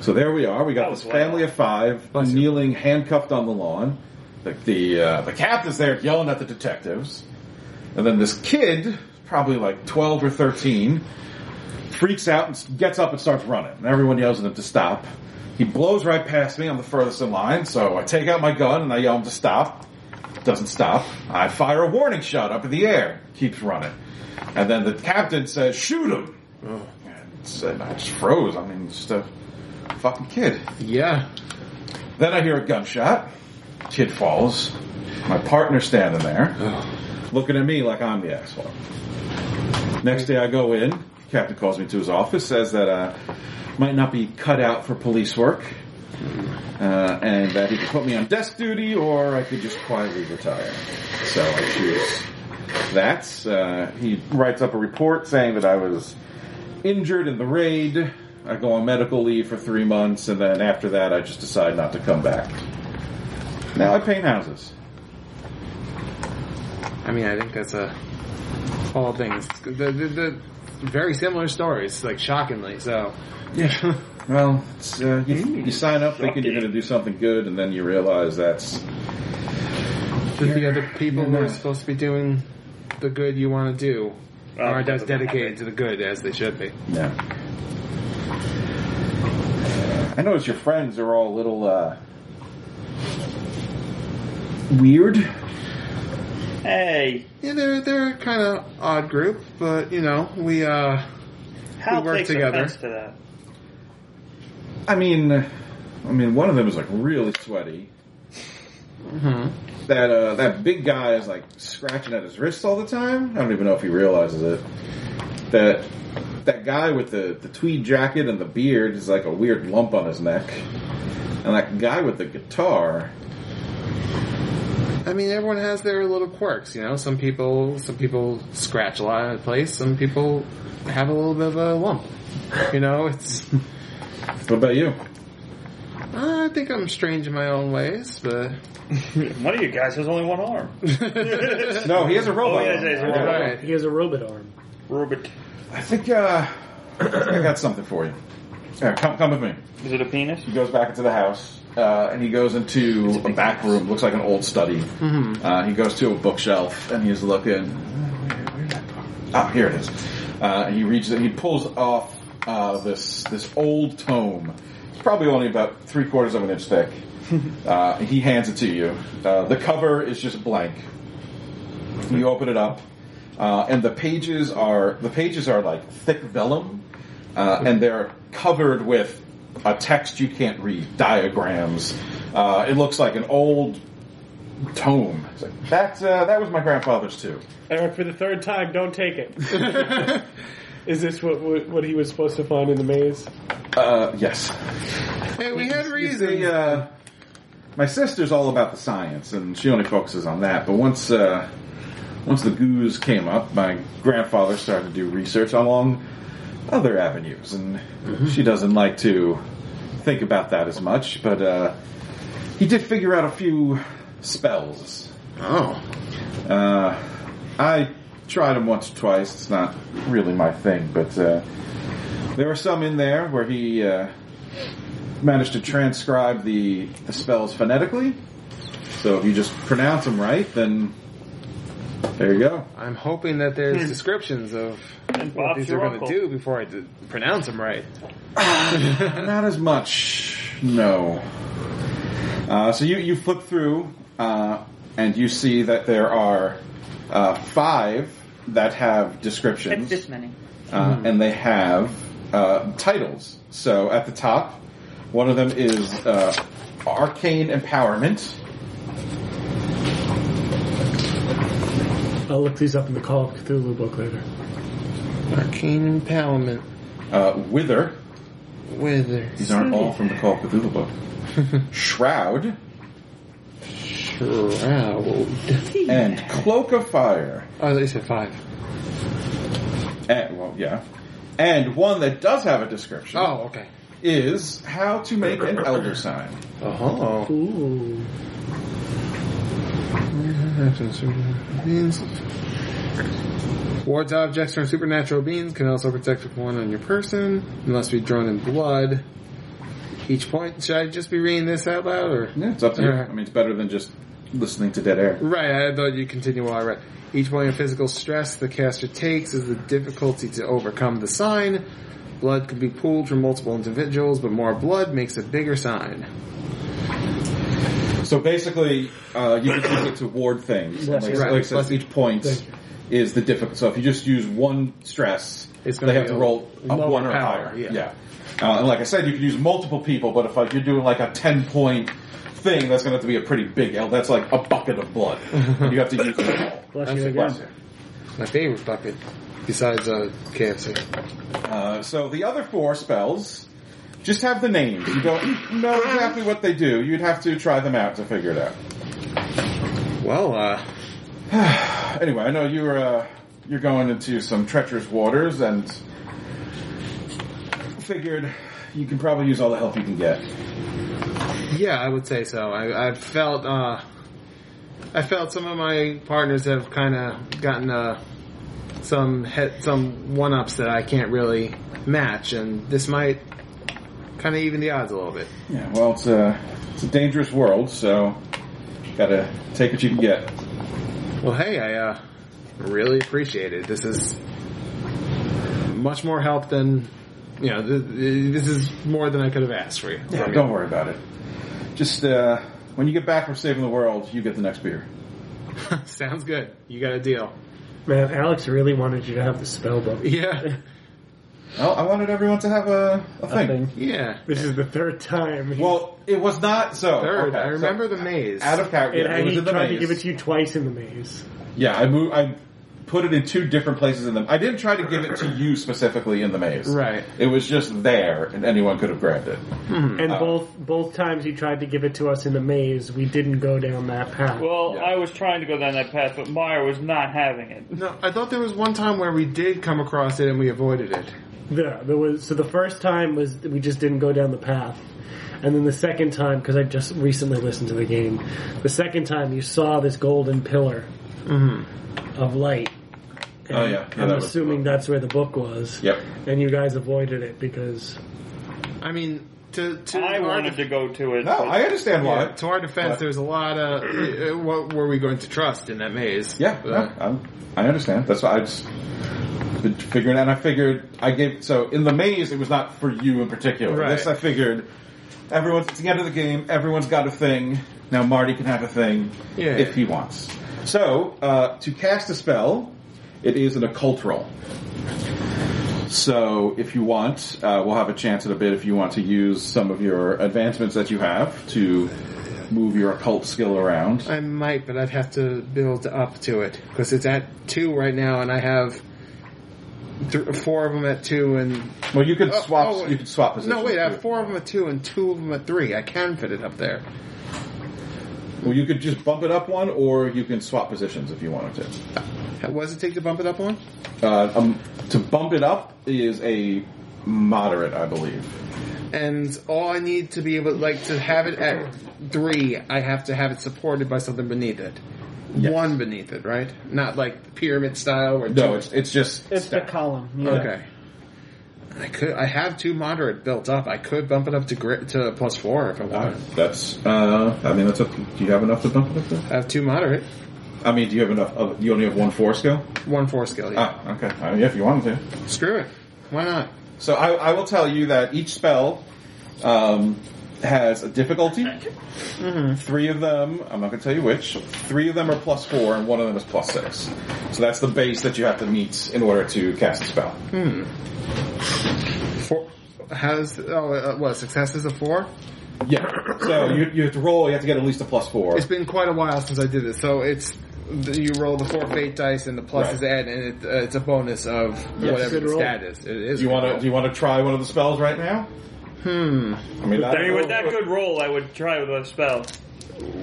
S1: So there we are. We got this family of five kneeling, handcuffed on the lawn. The the, uh, the captain's there yelling at the detectives, and then this kid, probably like twelve or thirteen, freaks out and gets up and starts running. And everyone yells at him to stop. He blows right past me. I'm the furthest in line, so I take out my gun and I yell him to stop. Doesn't stop. I fire a warning shot up in the air. Keeps running, and then the captain says, "Shoot him." And so uh, I just froze. I mean, just a fucking kid.
S5: Yeah.
S1: Then I hear a gunshot. Kid falls. My partner's standing there, looking at me like I'm the asshole. Next day I go in. Captain calls me to his office, says that uh, might not be cut out for police work, uh, and that he could put me on desk duty or I could just quietly retire. So I choose that. Uh, he writes up a report saying that I was injured in the raid. I go on medical leave for three months, and then after that, I just decide not to come back. Now I paint houses.
S5: I mean, I think that's a all things. The, the, the very similar stories, like shockingly. So
S1: Yeah. Well, it's, uh, you, you sign up thinking you're going to do something good, and then you realize that's
S5: that the other people who
S1: Yeah.
S5: are supposed to be doing the good you want to do aren't as
S4: doesn't matter.
S5: dedicated to the good as they should be.
S1: no. I notice your friends are all a little uh, weird.
S4: Hey,
S5: Yeah, they're they're kind of odd group, but you know we uh
S4: how
S5: We work
S4: takes
S5: together.
S4: offense to that?
S1: I mean, I mean, one of them is like really sweaty.
S5: mm-hmm.
S1: That uh, that big guy is like scratching at his wrists all the time. I don't even know if he realizes it. That that guy with the, the tweed jacket and the beard is like a weird lump on his neck, and that guy with the guitar.
S5: I mean, everyone has their little quirks, you know. Some people, some people scratch a lot out of place. Some people have a little bit of a lump. You know, it's.
S1: What about you?
S5: I think I'm strange in my own ways, but
S4: One of you guys has only one arm.
S1: No, he has a robot.
S4: Oh, yeah, he has a
S1: arm.
S4: robot.
S5: right.
S6: He has a robot arm.
S4: Robert,
S1: I think uh, I got something for you. Here, come come with me.
S4: is it a penis?
S1: He goes back into the house, uh, and he goes into a back room. Looks like an old study. Uh, he goes to a bookshelf, and he's looking. Ah, here it is. Uh, he reaches it. He pulls off uh, this this old tome. It's probably only about three quarters of an inch thick. uh, he hands it to you. Uh, the cover is just blank. You open it up, uh, and the pages are the pages are like thick vellum, uh, and they're covered with a text you can't read, diagrams. Uh, it looks like an old tome. It's like, that uh, that was my grandfather's too.
S6: Eric, for the third time, don't take it. Is this what, what what he was supposed to find in the maze?
S1: Uh, yes.
S5: hey, we had
S1: You
S5: reasons.
S1: see, uh, my sister's all about the science, and she only focuses on that. But once, uh, once the goose came up, my grandfather started to do research along other avenues, and she doesn't like to think about that as much. But uh, he did figure out a few spells.
S5: oh,
S1: Uh, I tried them once or twice. It's not really my thing, but uh, there were some in there where he uh, managed to transcribe the, the spells phonetically. So if you just pronounce them right, then there you go.
S5: I'm hoping that there's descriptions of
S4: Hmm. And
S5: what
S4: Bob's
S5: these are
S4: your
S5: going to
S4: uncle.
S5: do before I d- pronounce them right.
S1: Not as much, no. Uh, so you, you flip through, uh, and you see that there are uh, five that have descriptions.
S8: It's this many.
S1: uh,
S5: Mm-hmm.
S1: and they have uh, titles. So at the top, one of them is uh, Arcane Empowerment.
S6: I'll look these up in the Call of Cthulhu book later.
S5: Arcane empowerment,
S1: Uh, Wither.
S5: wither.
S1: These aren't all from the Call of Cthulhu book. Shroud.
S5: Shroud.
S1: and Cloak of Fire.
S5: Oh, they said five.
S1: And, well, yeah. And one that does have a description
S5: Oh, okay.
S1: is how to make an elder sign.
S5: Oh.
S7: Ooh.
S5: Beings. Wards objects from supernatural beings can also protect with one on your person, unless be drawn in blood. Each point. Should I just be reading this out loud, or
S1: Yeah, it's up to you.
S5: Yeah.
S1: I mean, it's better than just listening to dead air.
S5: right? I thought you continue while I read. Each point of physical stress the caster takes is the difficulty to overcome the sign. Blood can be pooled from multiple individuals, but more blood makes a bigger sign.
S1: So basically, uh, you can use it to ward things. And like,
S5: Right.
S1: like I said,
S5: Bless you.
S1: each point is the difficult. So if you just use one stress,
S5: It's gonna
S1: they have
S5: be
S1: to
S5: a
S1: roll a
S5: lower
S1: one or
S5: power,
S1: higher.
S5: yeah.
S1: Uh, and like I said, you can use multiple people, but if like you're doing like a ten point thing, that's going to have to be a pretty big. L. That's like a bucket of blood. and you have to use it all.
S7: Bless you
S1: Bless
S7: again.
S1: you.
S5: My favorite bucket, besides uh, KFC.
S1: Uh, so the other four spells just have the names. You don't know exactly what they do. You'd have to try them out to figure it out.
S5: Well, uh,
S1: Anyway, I know you're uh, you're going into some treacherous waters, and figured you can probably use all the help you can get.
S5: Yeah, I would say so. I, I felt, uh, I felt some of my partners have kind of gotten uh, some he- some one ups that I can't really match, and this might kind of even the odds a little bit.
S1: Yeah, well, it's a it's a dangerous world, so gotta take what you can get.
S5: Well, hey, I uh, really appreciate it. This is much more help than you know. Th- th- this is more than I could have asked for you.
S1: Yeah, don't worry about it. Just uh, when you get back from saving the world, you get the next beer.
S5: Sounds good. You got a deal.
S6: Man, Alex really wanted you to have the spell book.
S5: Yeah,
S1: Oh, I wanted everyone to have a, a, thing.
S5: yeah.
S6: This is the third time.
S1: Well, it was not so.
S5: Third,
S1: Oh, okay,
S5: I
S1: so
S5: remember the maze.
S1: out of character.
S6: and
S1: it was
S6: he
S1: in the
S6: tried to
S1: maze.
S6: give it to you twice in the maze.
S1: Yeah, I moved. I put it in two different places in the. I didn't try to give it to you specifically in the maze.
S5: Right.
S1: It was just there, and anyone could have grabbed it.
S6: And
S1: Oh.
S6: both both times he tried to give it to us in the maze, we didn't go down that path.
S4: Well,
S1: Yeah.
S4: I was trying to go down that path, but Meyer was not having it.
S5: No, I thought there was one time where we did come across it and we avoided it.
S6: Yeah, there was so the first time was we just didn't go down the path, and then the second time because I just recently listened to the game, the second time you saw this golden pillar of light. And
S1: Mm-hmm. Oh, yeah. Yeah,
S6: I'm
S1: that was-
S6: assuming that's where the book was.
S1: Yep.
S6: And you guys avoided it because
S5: I mean, to to
S4: I
S5: our,
S4: wanted to go to it.
S1: No,
S4: but-
S1: I understand
S5: yeah,
S1: why.
S5: to our defense,
S1: What?
S5: there's a lot of uh, what were we going to trust in that maze?
S1: Yeah,
S5: Uh,
S1: no, I'm- I understand. That's why I just been figuring, and I figured I gave. So in the maze, it was not for you in particular.
S5: Right.
S1: This I figured. Everyone's at the end of the game. Everyone's got a thing. Now Marty can have a thing
S5: Yeah.
S1: if he wants. So uh, to cast a spell, it is an occult roll. So if you want, uh, we'll have a chance in a bit if you want to use some of your advancements that you have to move your occult skill around.
S5: I might, but I'd have to build up to it because it's at two right now, and I have th- four of them at two and
S1: Well, you could
S5: Oh,
S1: swap.
S5: oh, wait.
S1: you could swap positions.
S5: no, wait, I
S1: too.
S5: have four of them at two and two of them at three. I can fit it up there.
S1: Well, you could just bump it up one, or you can swap positions if you wanted
S5: What does it take to bump it up one?
S1: to. Uh, um, to bump it up is a moderate, I believe.
S5: and all I need to be able, like, to have it at three, I have to have it supported by something beneath it.
S1: Yes.
S5: One beneath it, right? Not like pyramid style or
S1: No, it's it's just
S7: It's the
S1: stacked.
S7: column. Yeah.
S5: okay. I could. I have two moderate built up. I could bump it up to gri to plus four if I wanted.
S1: That's. Uh, I mean, that's up. to- Do you have enough to bump it up? To?
S5: I have two moderate,
S1: I mean, do you have enough? Of, you only have one four skill.
S5: one four skill. Yeah.
S1: Ah, okay. I mean, if you wanted to.
S5: Screw it. Why not?
S1: So I, I will tell you that each spell um, has a difficulty. Three of them, I'm not going to tell you which. Three of them are plus four, and one of them is plus six. So that's the base that you have to meet in order to cast a spell.
S5: Four. How's oh uh, what success is a four?
S1: Yeah. So you, you have to roll. You have to get at least a plus four.
S5: It's been quite a while since I did this, so it's you roll the four fate dice and the plus
S1: Right.
S5: is add, and it, uh, it's a bonus of whatever
S6: good
S5: the
S6: roll.
S5: stat is. It is.
S1: Do you
S5: good
S1: want to? Do you want to try one of the spells right now?
S5: roll. Hmm.
S1: I mean, that,
S4: I mean, with that good roll, I would try with a spell.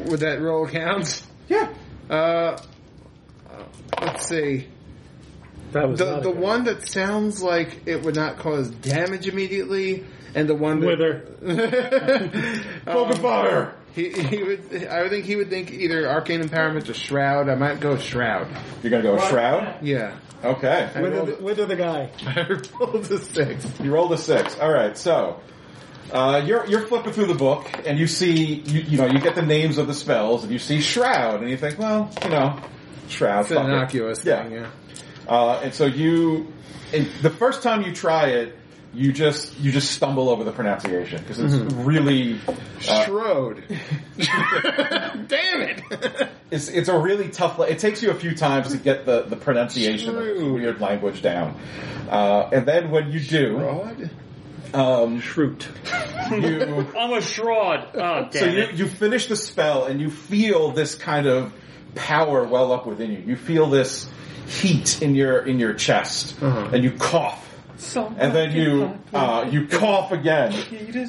S5: Would that roll count?
S1: Yeah.
S5: Uh, uh, let's see.
S6: That was
S5: The
S6: not a
S5: the
S6: good
S5: one that sounds like it would not cause damage immediately, and the one that
S6: Wither.
S1: Poke
S5: Um,
S1: fire.
S5: He, he would. I would think he would think either arcane empowerment or shroud. I might go shroud.
S1: You're gonna go a shroud.
S5: Yeah.
S1: Okay.
S5: I
S6: Wither the,
S5: rolled-
S6: wither the guy.
S5: I rolled a six.
S1: You rolled a six. All right. So. Uh, you're, you're flipping through the book and you see, you, you know, you get the names of the spells and you see Shroud and you think, well, you know, Shroud.
S5: It's an
S1: fuck it.
S5: innocuous thing. Yeah.
S1: Uh, and so you, and the first time you try it, you just you just stumble over the pronunciation because it's
S5: Mm-hmm.
S1: really uh,
S5: Shroud. Damn it.
S1: it's it's a really tough. la- It takes you a few times to get the the pronunciation of this
S5: Shrew.
S1: weird language down, uh, and then when you do,
S5: Shroud.
S1: um,
S4: Shroot.
S1: you.
S4: I'm a shroud. Oh, damn
S1: so you,
S4: it.
S1: you finish the spell and you feel this kind of power well up within you. You feel this heat in your in your chest,
S5: Uh-huh.
S1: and you cough. and then you uh, you cough again,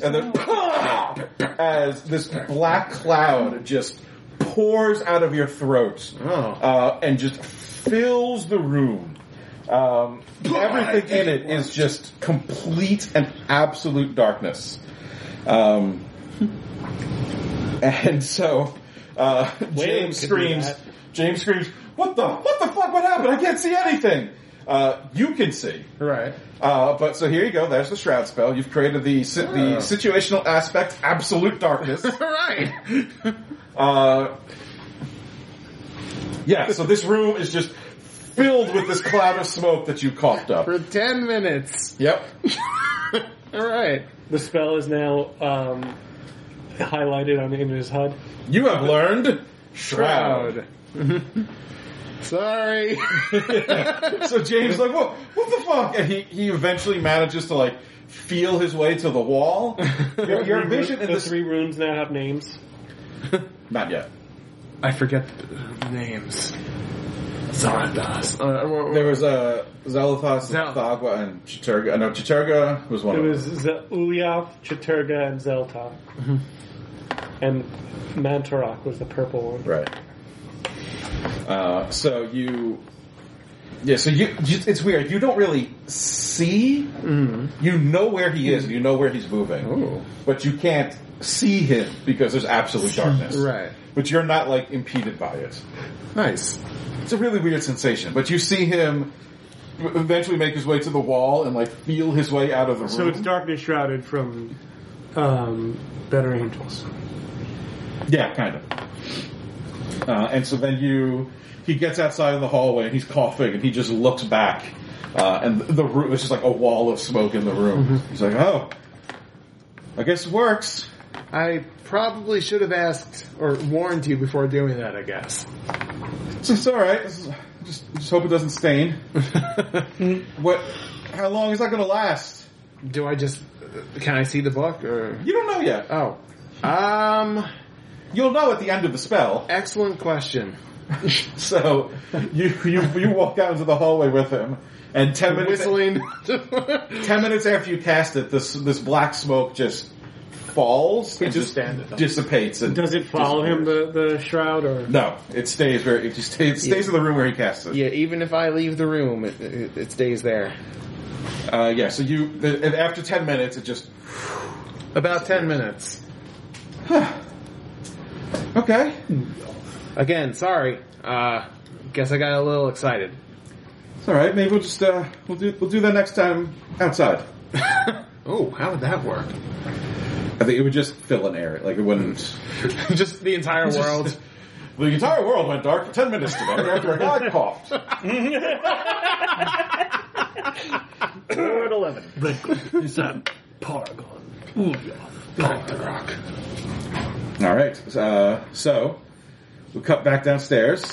S1: and then as this black cloud just pours out of your throat
S5: Oh.
S1: uh, and just fills the room. Um, everything in it is just complete and absolute darkness. Um, and so uh, James
S6: could do
S1: screams.
S6: that.
S1: James screams, "What the? What the fuck? What happened? I can't see anything." Uh, you can see,
S5: Right.
S1: uh, but so here you go. There's the shroud spell. You've created the si-
S6: Oh.
S1: the situational aspect, absolute darkness.
S5: Right.
S1: Uh, yeah. So this room is just filled with this cloud of smoke that you coughed up.
S5: For ten minutes.
S1: Yep.
S5: All right.
S6: The spell is now um, highlighted on the image HUD.
S1: You have learned shroud.
S5: Shroud. Sorry.
S1: so James like, what? What the fuck? And he he eventually manages to like feel his way to the wall. Your, your
S6: Three ru-
S1: vision in
S6: the
S1: this
S6: three runes now have names.
S1: not yet.
S5: I forget the names. Zardas. Uh, wha- wha-
S1: There was uh, Zalathas,
S5: Zal-
S1: Thagwa, and Chiturga. No, Chiturga was one
S6: It
S1: of
S6: was Ulyav, Chaturga, and Zelta.
S1: Mm-hmm.
S6: and Mantarok was the purple one.
S1: Right. Uh, so you, yeah. So you, you, it's weird. You don't really see. You know where he is. and You know where he's moving,
S5: Ooh.
S1: but you can't see him because there's absolute darkness.
S5: Right.
S1: But you're not like impeded by it.
S5: Nice.
S1: It's a really weird sensation. But you see him eventually make his way to the wall and like feel his way out of the room.
S6: So it's darkness shrouded from um, Better Angels.
S1: Yeah, kind of. Uh, and so then you, he gets outside in the hallway and he's coughing and he just looks back, uh, and the room is just like a wall of smoke in the room. He's like, oh, I guess it works.
S5: I probably should have asked or warned you before doing that, I guess.
S1: It's, it's all right. This is- just, just hope it doesn't stain. what? How long is that going to last?
S5: Do I just. Can I see the book? Or.
S1: You don't know yet.
S5: Oh. Um.
S1: You'll know at the end of the spell.
S5: Excellent question.
S1: So you you you walk out into the hallway with him, and ten minutes
S5: Whistling.
S1: Ten minutes after you cast it, this this black smoke just falls and
S5: just
S1: just
S5: stand it up.
S1: dissipates. And
S6: Does it follow him, the, the shroud, or?
S1: No, it stays very. It just stays, it stays in the room where he casts it.
S5: yeah, even if I leave the room, it, it, it stays there.
S1: Uh, yeah. So you the, and after ten minutes, it just
S5: About 10 minutes.
S1: okay.
S5: Again, sorry. Uh. Guess I got a little excited.
S1: It's all right. Maybe we'll just uh, we'll do we'll do that next time outside.
S5: oh, how would that work?
S1: I think it would just fill an air. Like it wouldn't.
S5: just the entire world.
S1: The entire world went dark for ten minutes today after a guy coughed.
S7: We're at 11.
S4: It's a paragon.
S1: All right. Uh, so we cut back downstairs,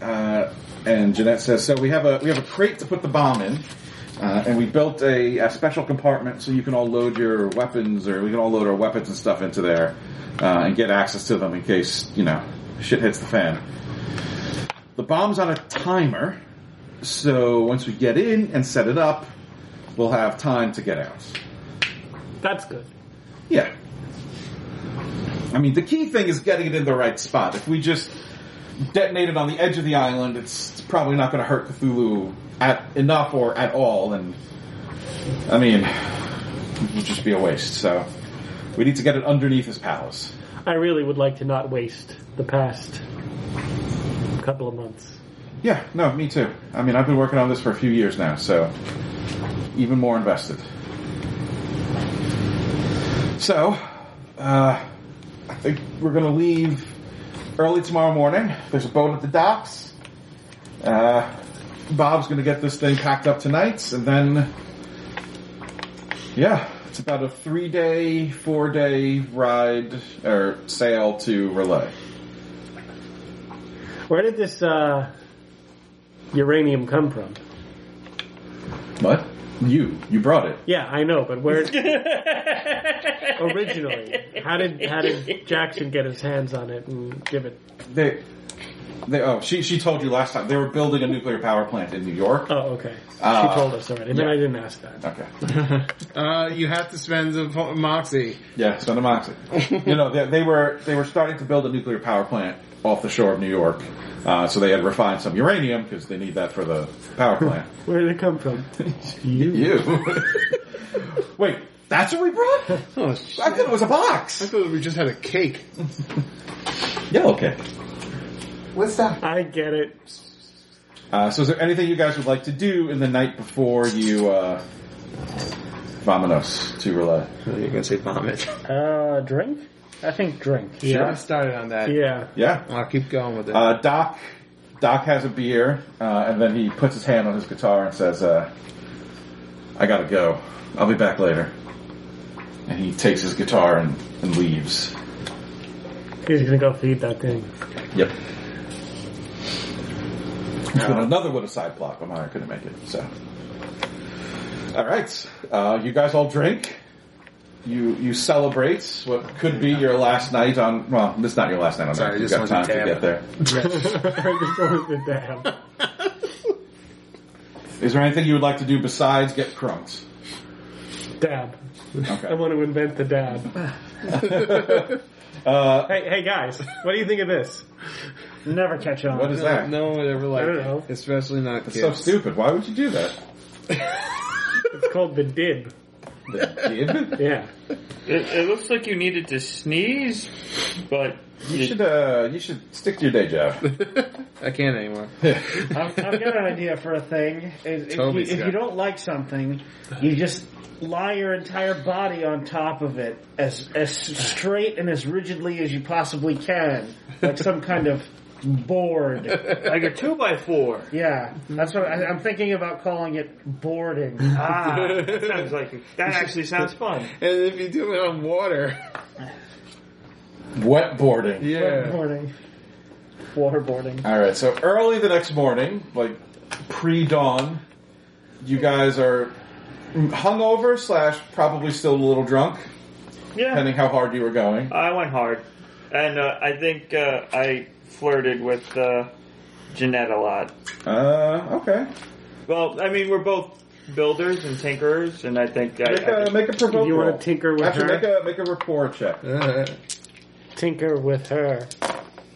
S1: uh, and Jeanette says, "So we have a we have a crate to put the bomb in, uh, and we built a, a special compartment so you can all load your weapons, or we can all load our weapons and stuff into there, uh, and get access to them in case you know shit hits the fan." The bomb's on a timer, so once we get in and set it up, we'll have time to get out.
S6: That's good.
S1: Yeah. I mean, the key thing is getting it in the right spot. If we just detonate it on the edge of the island, it's, it's probably not going to hurt Cthulhu at enough or at all. And I mean, it would just be a waste. So we need to get it underneath his palace.
S6: I really would like to not waste the past couple of months.
S1: Yeah, no, me too. I mean, I've been working on this for a few years now, so even more invested. So, uh, I think we're going to leave early tomorrow morning. There's a boat at the docks. Uh, Bob's going to get this thing packed up tonight, and then, yeah, it's about a three day, four day ride or sail to Relay.
S6: Where did this uh, uranium come from?
S1: What? You. You brought it.
S6: Yeah, I know, but where originally? How did how did Jackson get his hands on it and give it?
S1: They, they. Oh, she she told you last time they were building a nuclear power plant in New York.
S6: Oh, okay.
S1: Ah.
S6: she told us already. Then I didn't ask that.
S1: Okay.
S5: Uh, you have to spend the po- moxie.
S1: Yeah, son of Moxie. you know, they, they were they were starting to build a nuclear power plant off the shore of New York. Uh, so they had refined some uranium because they need that for the power plant.
S6: Where did it come from?
S1: you. Wait, that's what we brought?
S5: Oh, shit.
S1: I thought it was a
S5: I
S1: box.
S5: thought we just had a cake.
S1: Yellow cake.
S5: What's that?
S6: I get it.
S1: Uh, so is there anything you guys would like to do in the night before you, uh, Vamanos to relay?
S5: You're gonna say vomit.
S7: Uh, drink? I think drink.
S5: Yeah, I started on that.
S6: Yeah.
S1: Yeah.
S5: I'll keep going with it.
S1: Uh, Doc, Doc has a beer, uh, and then he puts his hand on his guitar and says, uh, "I gotta go. I'll be back later." And he takes his guitar and, and leaves.
S6: He's gonna go feed that thing.
S1: Yep. another would have side block, but I couldn't make it. So, all right, uh, you guys all drink. You you celebrate what could be your last night on. Well, it's not your last night on.
S5: Sorry,
S1: Earth.
S5: I
S1: You've
S5: just
S1: got time to
S5: wanted to dab.
S1: get there.
S6: Just always the dab.
S1: Is there anything you would like to do besides get crunked?
S6: Dab.
S1: Okay.
S6: I want to invent the dab.
S1: Uh,
S6: Hey, hey guys, what do you think of this?
S7: Never catch on.
S1: what is
S5: no,
S1: that?
S5: no one would ever like
S6: I don't
S5: it,
S6: know.
S5: especially not
S1: That's
S5: kids.
S1: so stupid. Why would you do that?
S6: It's called the dib.
S1: The kid?
S6: Yeah.
S4: It, it looks like you needed to sneeze, but
S1: you should uh, you should stick to your day job.
S5: I can't anymore.
S7: I've, I've got an idea for a thing. Is if, you,
S5: Toby's
S7: if
S5: got
S7: you
S5: it.
S7: don't like something, you just lie your entire body on top of it as as straight and as rigidly as you possibly can, like some kind of board.
S4: like a two by four.
S7: Yeah, that's what I, I'm thinking about calling it boarding.
S4: Ah, that sounds like that actually sounds fun.
S5: And if you do it on water,
S1: Wet boarding.
S5: yeah.
S7: Boarding. Waterboarding.
S1: All right. So early the next morning, like pre dawn, you guys are hungover slash probably still a little drunk,
S4: Yeah,
S1: depending how hard you were going.
S4: I went hard, and uh, I think uh, I flirted with uh, Jeanette a lot.
S1: Uh, okay.
S4: Well, I mean, we're both builders and tinkerers, and I think I,
S1: Make a
S4: I
S1: make a provoke
S6: You wanna
S1: roll.
S6: tinker with
S1: Actually,
S6: her?
S1: make a make a rapport check.
S5: Uh,
S6: Tinker with her.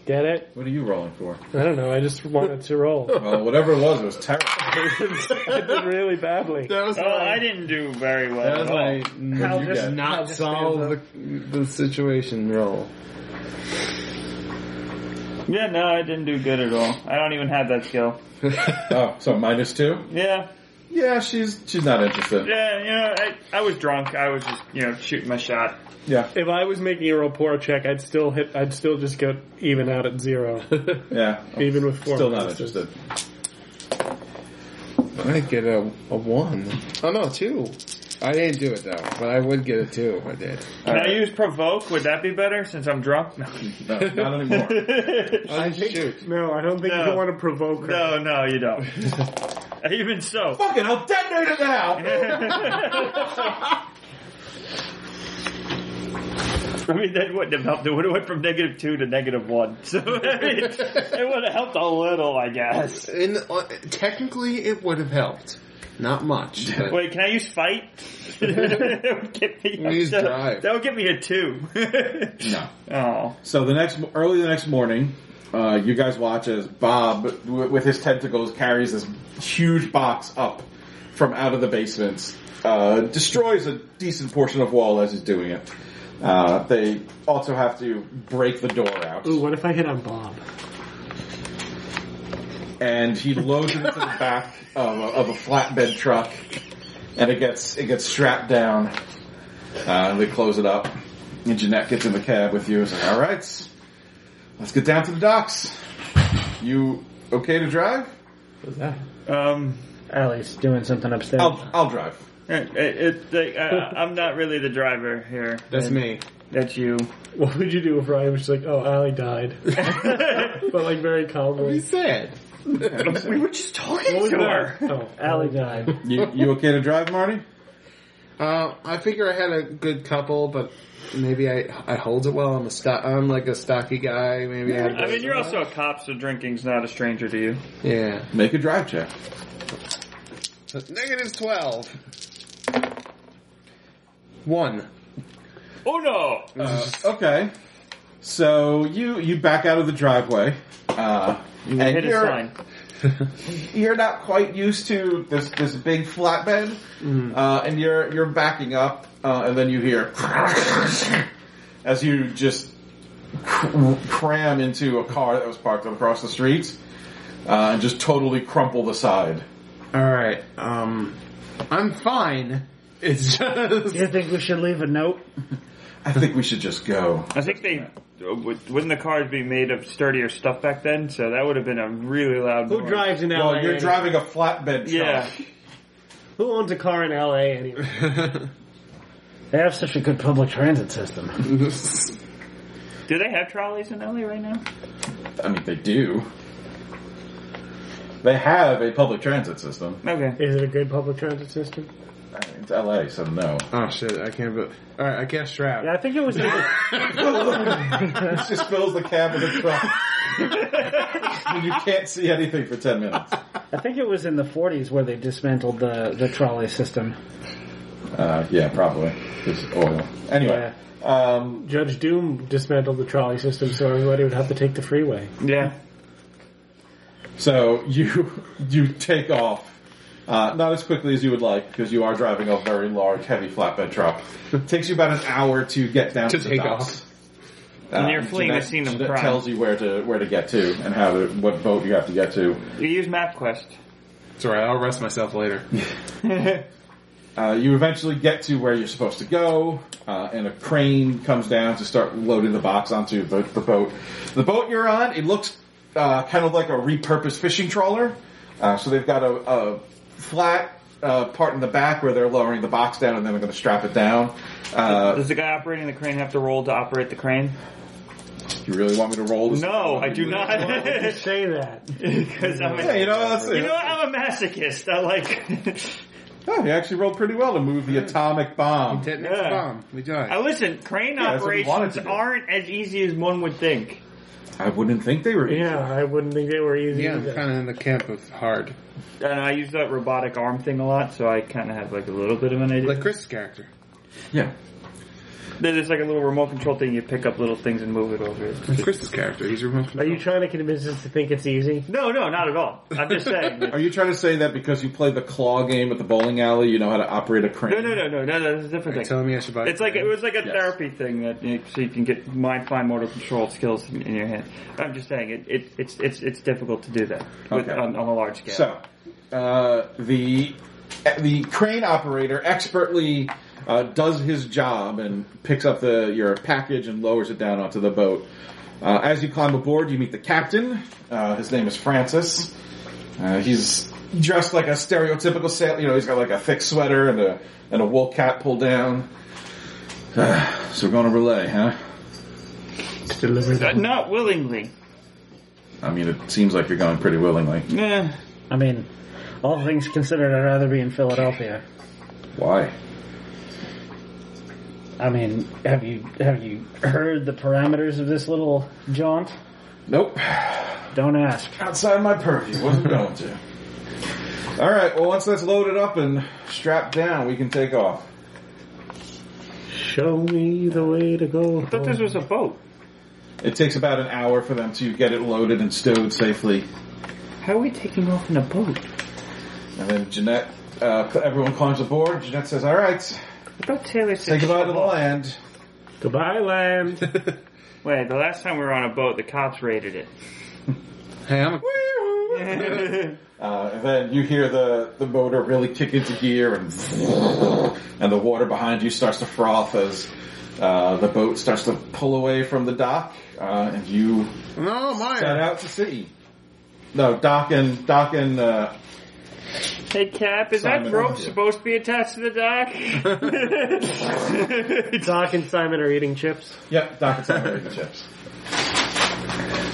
S6: Get it?
S1: What are you rolling for?
S6: I don't know. I just wanted to roll.
S1: Well, whatever it was, it was terrible.
S6: I did really badly.
S5: that was
S4: oh,
S5: my-
S4: I didn't do very well.
S5: That
S4: at
S5: was
S4: all.
S5: my
S7: How
S5: you
S7: this-
S5: did
S7: how
S5: not
S7: this
S5: solve
S7: stands
S5: the, the situation roll.
S4: Yeah, no, I didn't do good at all. I don't even have that skill.
S1: Oh, so minus two.
S4: Yeah,
S1: Yeah, she's she's not interested.
S4: yeah, you know, I, I was drunk. I was just, you know, shooting my shot.
S1: Yeah,
S6: If I was making a rapport check, I'd still hit. I'd still just get even out at zero,
S1: yeah.
S6: even with four.
S1: Still not
S6: bonuses.
S1: interested.
S5: I get a, a one. Oh no, two. I didn't do it though, but I would get a two if I did.
S4: Can I use provoke? Would that be better since I'm drunk? No,
S1: No, not anymore.
S5: Oh, shoot.
S6: No, I don't think
S4: No.
S6: you want to provoke her.
S4: no, no, you don't. even so.
S1: Fucking, I'll detonate it now.
S4: I mean, that wouldn't have helped. It would have went from negative two to negative one. So I mean, it would have helped a little, I guess.
S5: In, uh, technically, it would have helped. Not much. but-
S4: Wait, can I use fight? that would get me.
S5: You use
S4: that-
S5: drive.
S4: That would get me a two.
S1: No.
S4: oh,
S1: So the next early the next morning, uh, you guys watch as Bob w- with his tentacles carries this huge box up from out of the basement, uh, destroys a decent portion of wall as he's doing it. Uh, they also have to break the door out,
S6: Ooh, what if I hit on Bob?
S1: and he loads it into the back of a, of a flatbed truck, and it gets it gets strapped down. Uh, and they close it up, and Jeanette gets in the cab with you. And says, "All right, let's get down to the docks. You okay to drive?
S4: um,
S7: Allie's doing something upstairs.
S1: I'll I'll drive.
S4: it, it, it, I, I'm not really the driver here.
S5: That's me.
S4: That's you.
S6: What would you do if Ryan was just like, oh, Allie died? but like very
S5: Be
S6: calmly.
S5: sad.
S4: We were just talking to her.
S6: Oh, Allie died.
S1: You you okay to drive, Marty?
S5: Uh, I figure I had a good couple, but maybe I I hold it well. I'm a sto- I'm like a stocky guy. Maybe I.
S4: I mean, you're also a cop, so drinking's not a stranger to you.
S5: yeah.
S1: Make a drive check.
S5: Negative twelve. One.
S4: Oh no!
S1: Uh, okay, so you you back out of the driveway. Uh,
S4: You
S1: and
S4: hit a
S1: you're-
S4: sign.
S1: you're not quite used to this this big flatbed,
S5: Mm-hmm.
S1: uh, and you're you're backing up, uh, and then you hear as you just cr- cram into a car that was parked across the street, uh, and just totally crumple the side.
S5: All right. Um, I'm fine. It's just
S7: Do you think we should leave a note?
S1: I think we should just go.
S4: I think they uh, would- wouldn't the cars be made of sturdier stuff back then, so that would have been a really loud.
S6: Who
S4: noise.
S6: drives in LA?
S1: Well, you're
S6: any-
S1: driving a flatbed truck.
S4: Yeah.
S6: Who owns a car in LA anyway?
S7: They have such a good public transit system.
S4: Do they have trolleys in LA right now?
S1: I mean they do. They have a public transit system.
S4: Okay.
S6: Is it a good public transit system?
S1: I mean, It's LA, so no.
S5: oh shit! I can't. Be- All right. I guess Shroud.
S7: I think it was.
S1: It just fills the cab of the truck. and you can't see anything for 10 minutes.
S7: I think it was in the 40s where they dismantled the, the trolley system.
S1: Uh, yeah, probably. It's oil. Anyway. Um,
S6: Judge Doom dismantled the trolley system so everybody would have to take the freeway.
S4: Yeah.
S1: so you you take off. Uh, not as quickly as you would like because you are driving a very large, heavy flatbed truck. takes you about an hour to get down to,
S5: To
S1: the
S5: take
S1: docks.
S4: And you're fleeing the scene of
S1: that
S4: crime.
S1: tells you where to where to get to and how to what boat you have to get to.
S4: You use MapQuest.
S5: It's all right. I'll rest myself later.
S1: Uh, you eventually get to where you're supposed to go, uh, and a crane comes down to start loading the box onto the, the boat. The boat you're on, it looks uh, kind of like a repurposed fishing trawler. Uh, so they've got a, a flat uh, part in the back where they're lowering the box down, and then they're going to strap it down. Uh,
S4: Does the guy operating the crane have to roll to operate the crane?
S1: you really want me to roll this?
S4: No, I do not.
S6: Say that.
S4: Because I'm
S1: Yeah,
S4: a,
S1: you know, that's,
S4: you know, what? I'm a masochist. I like.
S1: oh, you actually rolled pretty well to move the atomic bomb.
S5: Technics
S4: Yeah.
S5: bomb. We done.
S4: I listen. Crane
S1: that's what we wanted
S4: operations
S1: to do.
S4: aren't as easy as one would think.
S1: I wouldn't think they were.
S6: Yeah, I wouldn't think they were easy.
S5: Yeah, I'm
S6: either.
S5: kind of in the camp of hard,
S4: And I use that robotic arm thing a lot, so I kind of have like a little bit of an idea.
S5: like Chris's character.
S1: Yeah.
S4: There's like a little remote control thing. You pick up little things and move it over. It's
S5: Like
S4: just-
S5: Chris's character. He's remote.
S6: Are you trying to convince us to think it's easy?
S4: No, no, not at all. I'm just saying.
S1: Are you trying to say that because you play the claw game at the bowling alley, you know how to operate a crane?
S4: No, no, no, no, no, no. That's a different
S5: Are you
S4: thing.
S5: telling me I should buy?
S4: It's like it was like a
S1: Yes.
S4: therapy thing that you, so you can get mind fine motor control skills in, in your hand. I'm just saying it, it it's it's it's difficult to do that with,
S1: Okay.
S4: on, on a large scale.
S1: So, uh, the the crane operator expertly uh, does his job and picks up the your package and lowers it down onto the boat. Uh, as you climb aboard, you meet the captain. Uh, his name is Francis. Uh, he's dressed like a stereotypical sailor. You know, he's got like a thick sweater and a and a wool cap pulled down. Uh, so we're going to relay, huh?
S4: Uh, not willingly.
S1: I mean, it seems like you're going pretty willingly.
S4: Nah.
S7: I mean, all things considered, I'd rather be in Philadelphia.
S1: Why?
S7: I mean, have you have you heard the parameters of this little jaunt?
S1: Nope.
S7: Don't ask.
S1: Outside my purview. Wasn't going to. All right. Well, once that's loaded up and strapped down, we can take off.
S6: Show me the way to go.
S4: I thought this was a boat.
S1: It takes about an hour for them to get it loaded and stowed safely.
S4: How are we taking off in a boat?
S1: And then Jeanette, uh, everyone climbs aboard. Jeanette says, "All right,
S4: I thought Taylor
S1: say
S4: said
S1: goodbye to the land."
S6: Goodbye, land.
S4: Wait, the last time we were on a boat, the cops raided it.
S9: Hey, I'm a-
S1: Uh, and then you hear the, the motor really kick into gear and and the water behind you starts to froth as uh, the boat starts to pull away from the dock uh, and you
S9: no,
S1: set
S9: Meyer.
S1: out to sea. No, dock and dock and uh,
S4: Hey Cap, is
S1: Simon,
S4: that rope
S1: yeah.
S4: supposed to be attached to the dock?
S6: Doc and Simon are eating chips.
S1: yep, dock and salmon chips.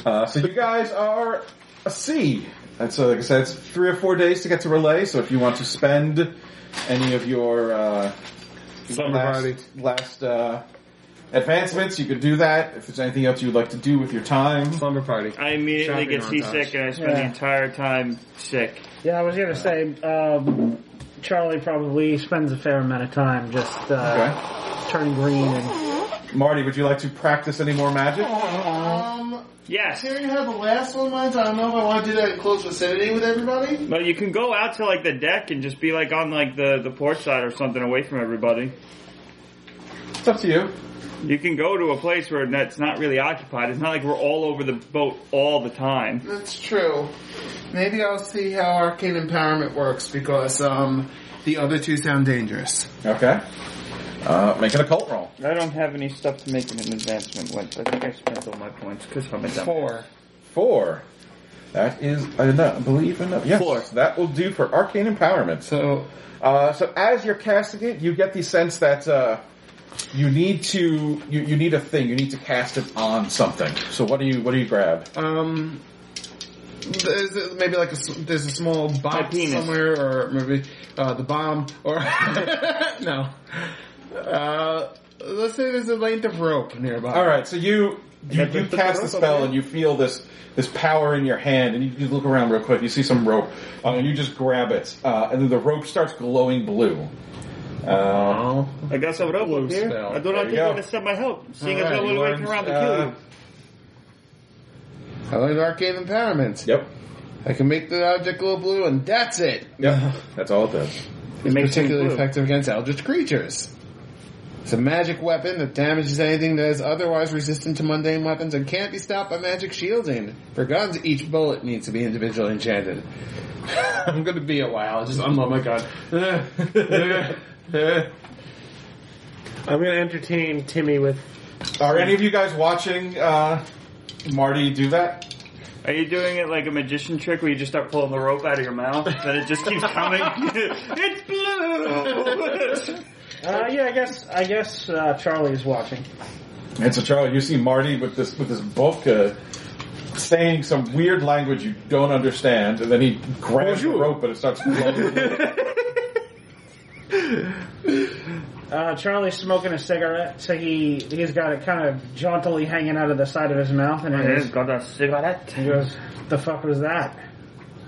S1: Uh, so you guys are a sea, and so like I said, it's three or four days to get to Relay. So if you want to spend any of your uh,
S9: Summer
S1: last,
S9: party.
S1: last uh, advancements. You could do that. If there's anything else you'd like to do with your time,
S9: Slumber party.
S4: I immediately
S9: Shopping
S4: get
S9: on
S4: seasick
S9: docks.
S4: and I spend the
S7: Yeah.
S4: entire time sick.
S7: Yeah, I was gonna say, um, Charlie probably spends a fair amount of time just uh, turning green and
S1: Marty, would you like to practice any more magic?
S5: Um,
S4: Yes.
S5: hearing how the last one went, I don't know if I want to do that in close vicinity with everybody.
S4: Well, you can go out to like the deck and just be like on like the the port side or something away from everybody.
S1: It's up to you.
S4: You can go to a place where that's not really occupied. It's not like we're all over the boat all the time.
S5: That's true. Maybe I'll see how arcane empowerment works because um, the other two sound dangerous.
S1: Okay. Uh, make an occult roll.
S4: I don't have any stuff to make an advancement with. I think I spent all my points because I'm a dumb.
S5: Four.
S1: Four. That is enough. I believe enough. Yes,
S5: Four.
S1: that will do for arcane empowerment.
S5: So
S1: Uh, so as you're casting it, you get the sense that uh, you need to you, you need a thing. You need to cast it on something. So what do you what do you grab?
S5: Um, there's maybe like a s there's a small box
S4: penis.
S5: somewhere, or maybe uh, the bomb, or no. Uh, let's say there's a length of rope nearby.
S1: All right, so you you,
S4: but-
S1: you
S4: but
S1: cast
S4: the
S1: the
S4: rope
S1: spell
S4: over
S1: and you feel this this power in your hand, and you, you look around real quick. You see some rope, uh, and you just grab it, uh, and then the rope starts glowing blue. Uh,
S5: Oh.
S4: I got some Roblox here.
S9: spell.
S4: I do not
S1: There you
S4: think
S1: go.
S4: I'm going to send my help, seeing
S1: All
S4: as
S1: right,
S4: I
S1: you
S4: will wait
S1: learned,
S4: around to
S1: uh,
S4: kill you.
S5: I learned arcane empowerment.
S1: Yep,
S5: I can make the object glow blue, and that's it.
S1: yep, that's all it does.
S5: It's
S4: makes things
S5: particularly
S4: blue.
S5: effective against eldritch creatures. It's a magic weapon that damages anything that is otherwise resistant to mundane weapons and can't be stopped by magic shielding. For guns, each bullet needs to be individually enchanted. I'm gonna be a while. Just unload my gun.
S6: I'm gonna entertain Timmy with.
S1: Are any of you guys watching uh, Marty do that?
S4: Are you doing it like a magician trick where you just start pulling the rope out of your mouth and it just keeps coming? it's blue!
S7: uh, yeah, I guess I guess uh, Charlie is watching.
S1: And so, Charlie, you see Marty with this with this bufka saying some weird language you don't understand, and then he grabs the rope and it starts glowing. blue.
S7: Uh, Charlie's smoking a cigarette, so he he's got it kind of jauntily hanging out of the side of his mouth, and he
S4: Here's
S7: goes,
S4: got a cigarette.
S7: he goes, "The fuck was that?"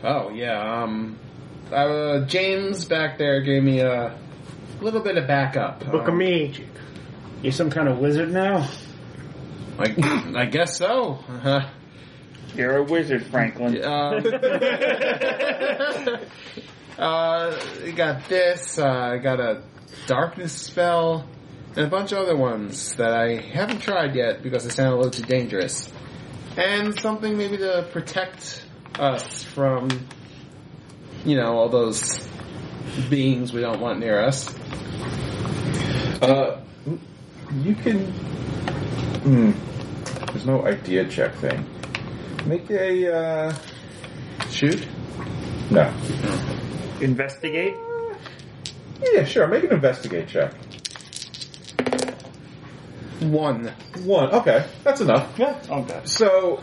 S5: oh yeah. Um, uh, James back there gave me a little bit of backup.
S7: Book of
S5: Um,
S7: magic. You some kind of wizard now?
S5: I, I guess so. Uh-huh.
S4: You're a wizard, Franklin.
S5: Um, uh, I got this. Uh, I got a darkness spell and a bunch of other ones that I haven't tried yet because they sound a little too dangerous. And something maybe to protect us from, you know, all those beings we don't want near us.
S1: Uh, you can. Hmm. There's no idea check thing. Make a. Uh,
S5: Shoot.
S1: no. Uh,
S4: Investigate.
S1: Yeah, sure. Make an investigate check.
S5: One.
S1: One. Okay, that's enough.
S4: Yeah. Oh, God.
S1: So.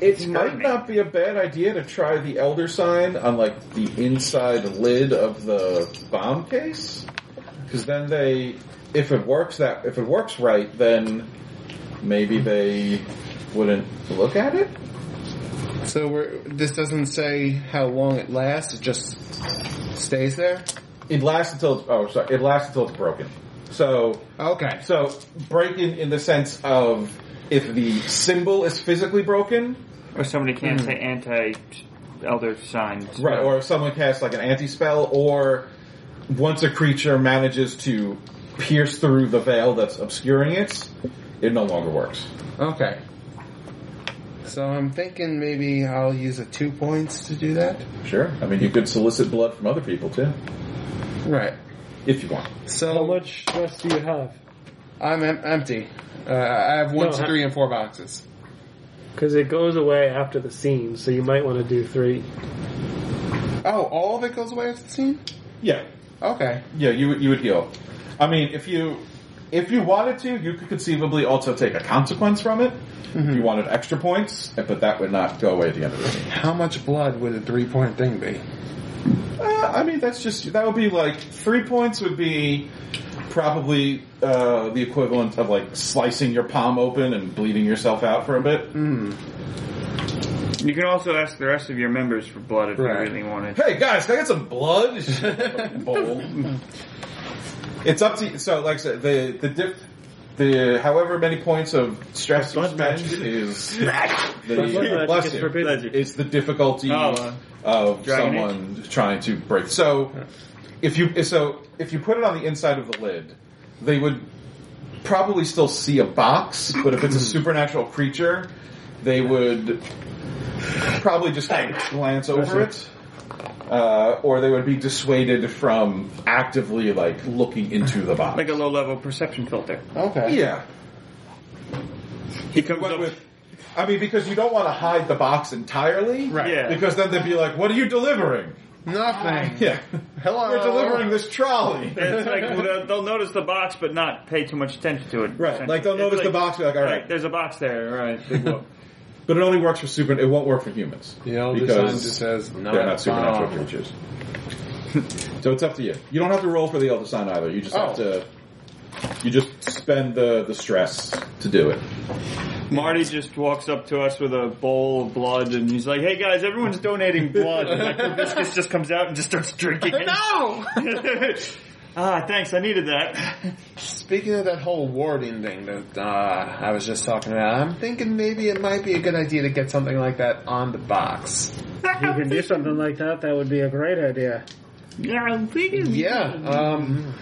S1: It might
S4: me.
S1: not be a bad idea to try the elder sign on like the inside lid of the bomb case, because then they, if it works that if it works right, then maybe they wouldn't look at it.
S5: So we're, this doesn't say how long it lasts. It just stays there.
S1: It lasts until it's, oh sorry, it lasts until it's broken. So
S5: Okay.
S1: so breaking in the sense of if the symbol is physically broken,
S4: Or somebody can't
S7: Hmm.
S4: say anti elder sign.
S1: right? Or if someone casts like an anti spell, or once a creature manages to pierce through the veil that's obscuring it, it no longer works.
S5: Okay. So I'm thinking maybe I'll use a two points to do that.
S1: Sure. I mean, you could solicit blood from other people too,
S5: Right.
S1: if you want.
S6: How
S5: So
S6: much stress do you have?
S5: I'm em- empty. Uh, I have one,
S6: No,
S5: two,
S6: I-
S5: three, and four boxes.
S6: Because it goes away after the scene, so you might want to do three.
S5: Oh, all of it goes away after the scene.
S1: Yeah.
S5: Okay.
S1: Yeah, you would- you would heal. I mean, if you if you wanted to, you could conceivably also take a consequence from it if you wanted extra points, but that would not go away at the end of the game.
S5: How much blood would a three point thing be?
S1: Uh, I mean, that's just that would be like three points would be probably uh, the equivalent of like slicing your palm open and bleeding yourself out for a bit.
S4: You can also ask the rest of your members for blood if
S5: Right.
S4: you really wanted.
S1: Hey guys, can I get some blood? Bowl. It's up to you. So, like I said, the the diff, the however many points of stress you spend is the, bless you, is the difficulty
S4: Oh, uh,
S1: of
S4: Dragon
S1: someone trying to break. So, if you so if you put it on the inside of the lid, they would probably still see a box. But if it's a supernatural creature, they would probably just kind of glance over it. Uh, or they would be dissuaded from actively like looking into the box.
S4: Like a low level perception filter.
S5: Okay.
S1: yeah,
S4: He comes
S1: but
S4: up
S1: with. I mean, because you don't want to hide the box entirely,
S5: Right.
S4: Yeah.
S1: Because then they'd be like, "What are you delivering?"
S5: Nothing.
S1: Yeah,
S5: Hello.
S1: we're delivering this trolley.
S4: It's like well, they'll, they'll notice the box, but not pay too much attention to it.
S1: Right, like they'll
S4: It's
S1: notice the box, be like, all right.
S4: There's a box there. All right. Big whoop.
S1: But it only works for super. It won't work for humans
S10: The elder sign just says, "Not
S1: they're not supernatural
S10: found."
S1: creatures. so it's up to you. You don't have to roll for the elder sign either. You just have to. You just spend the the stress to do it.
S4: Marty just walks up to us with a bowl of blood, and he's like, "Hey guys, everyone's donating blood." And like, Hibiscus just comes out and just starts drinking. it.
S5: No.
S4: ah, thanks. I needed that.
S10: Speaking of that whole warding thing that uh, I was just talking about,
S5: I'm thinking maybe it might be a good idea to get something like that on the box.
S7: you can do something like that. That would be a great idea.
S4: Yeah, I'm thinking.
S5: Yeah. Um.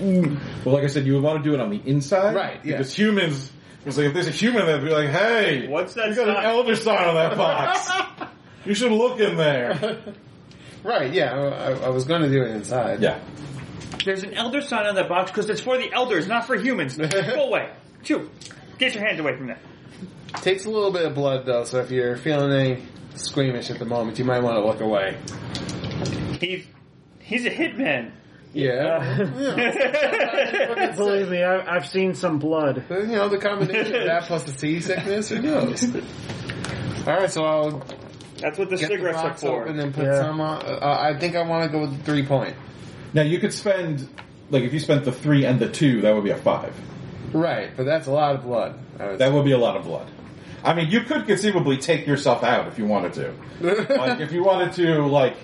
S1: Well, like I said, you would want to do it on the inside,
S5: Right, yeah.
S1: Because humans. It's like if there's a human, that'd be like, "Hey,
S4: What's that
S1: You got an
S4: sign?"
S1: elder sign on that box. you should look in there."
S5: Right. Yeah. I, I- I was going to do it inside.
S1: Yeah.
S4: There's an elder sign on that box because it's for the elders, not for humans. Go away. Chew. Get your hands away from that.
S5: Takes a little bit of blood though, so if you're feeling any squeamish at the moment, you might want to look away.
S4: He's he's a hitman.
S5: Yeah.
S4: yeah.
S7: Believe me, I, I've seen some blood.
S5: you know the combination of that plus the seasickness, who knows? All right, so I'll
S4: That's what the
S5: get the
S4: cigarettes are
S5: box
S4: for.
S5: open and put
S7: Yeah.
S5: some on. Uh, I think I want to go with the three point.
S1: Now you could spend, like, if you spent the three and the two, that would be a five.
S5: Right, but that's a lot of blood. I would
S1: That would be a lot of blood. I mean, you could conceivably take yourself out if you wanted to. like, if you wanted to, like,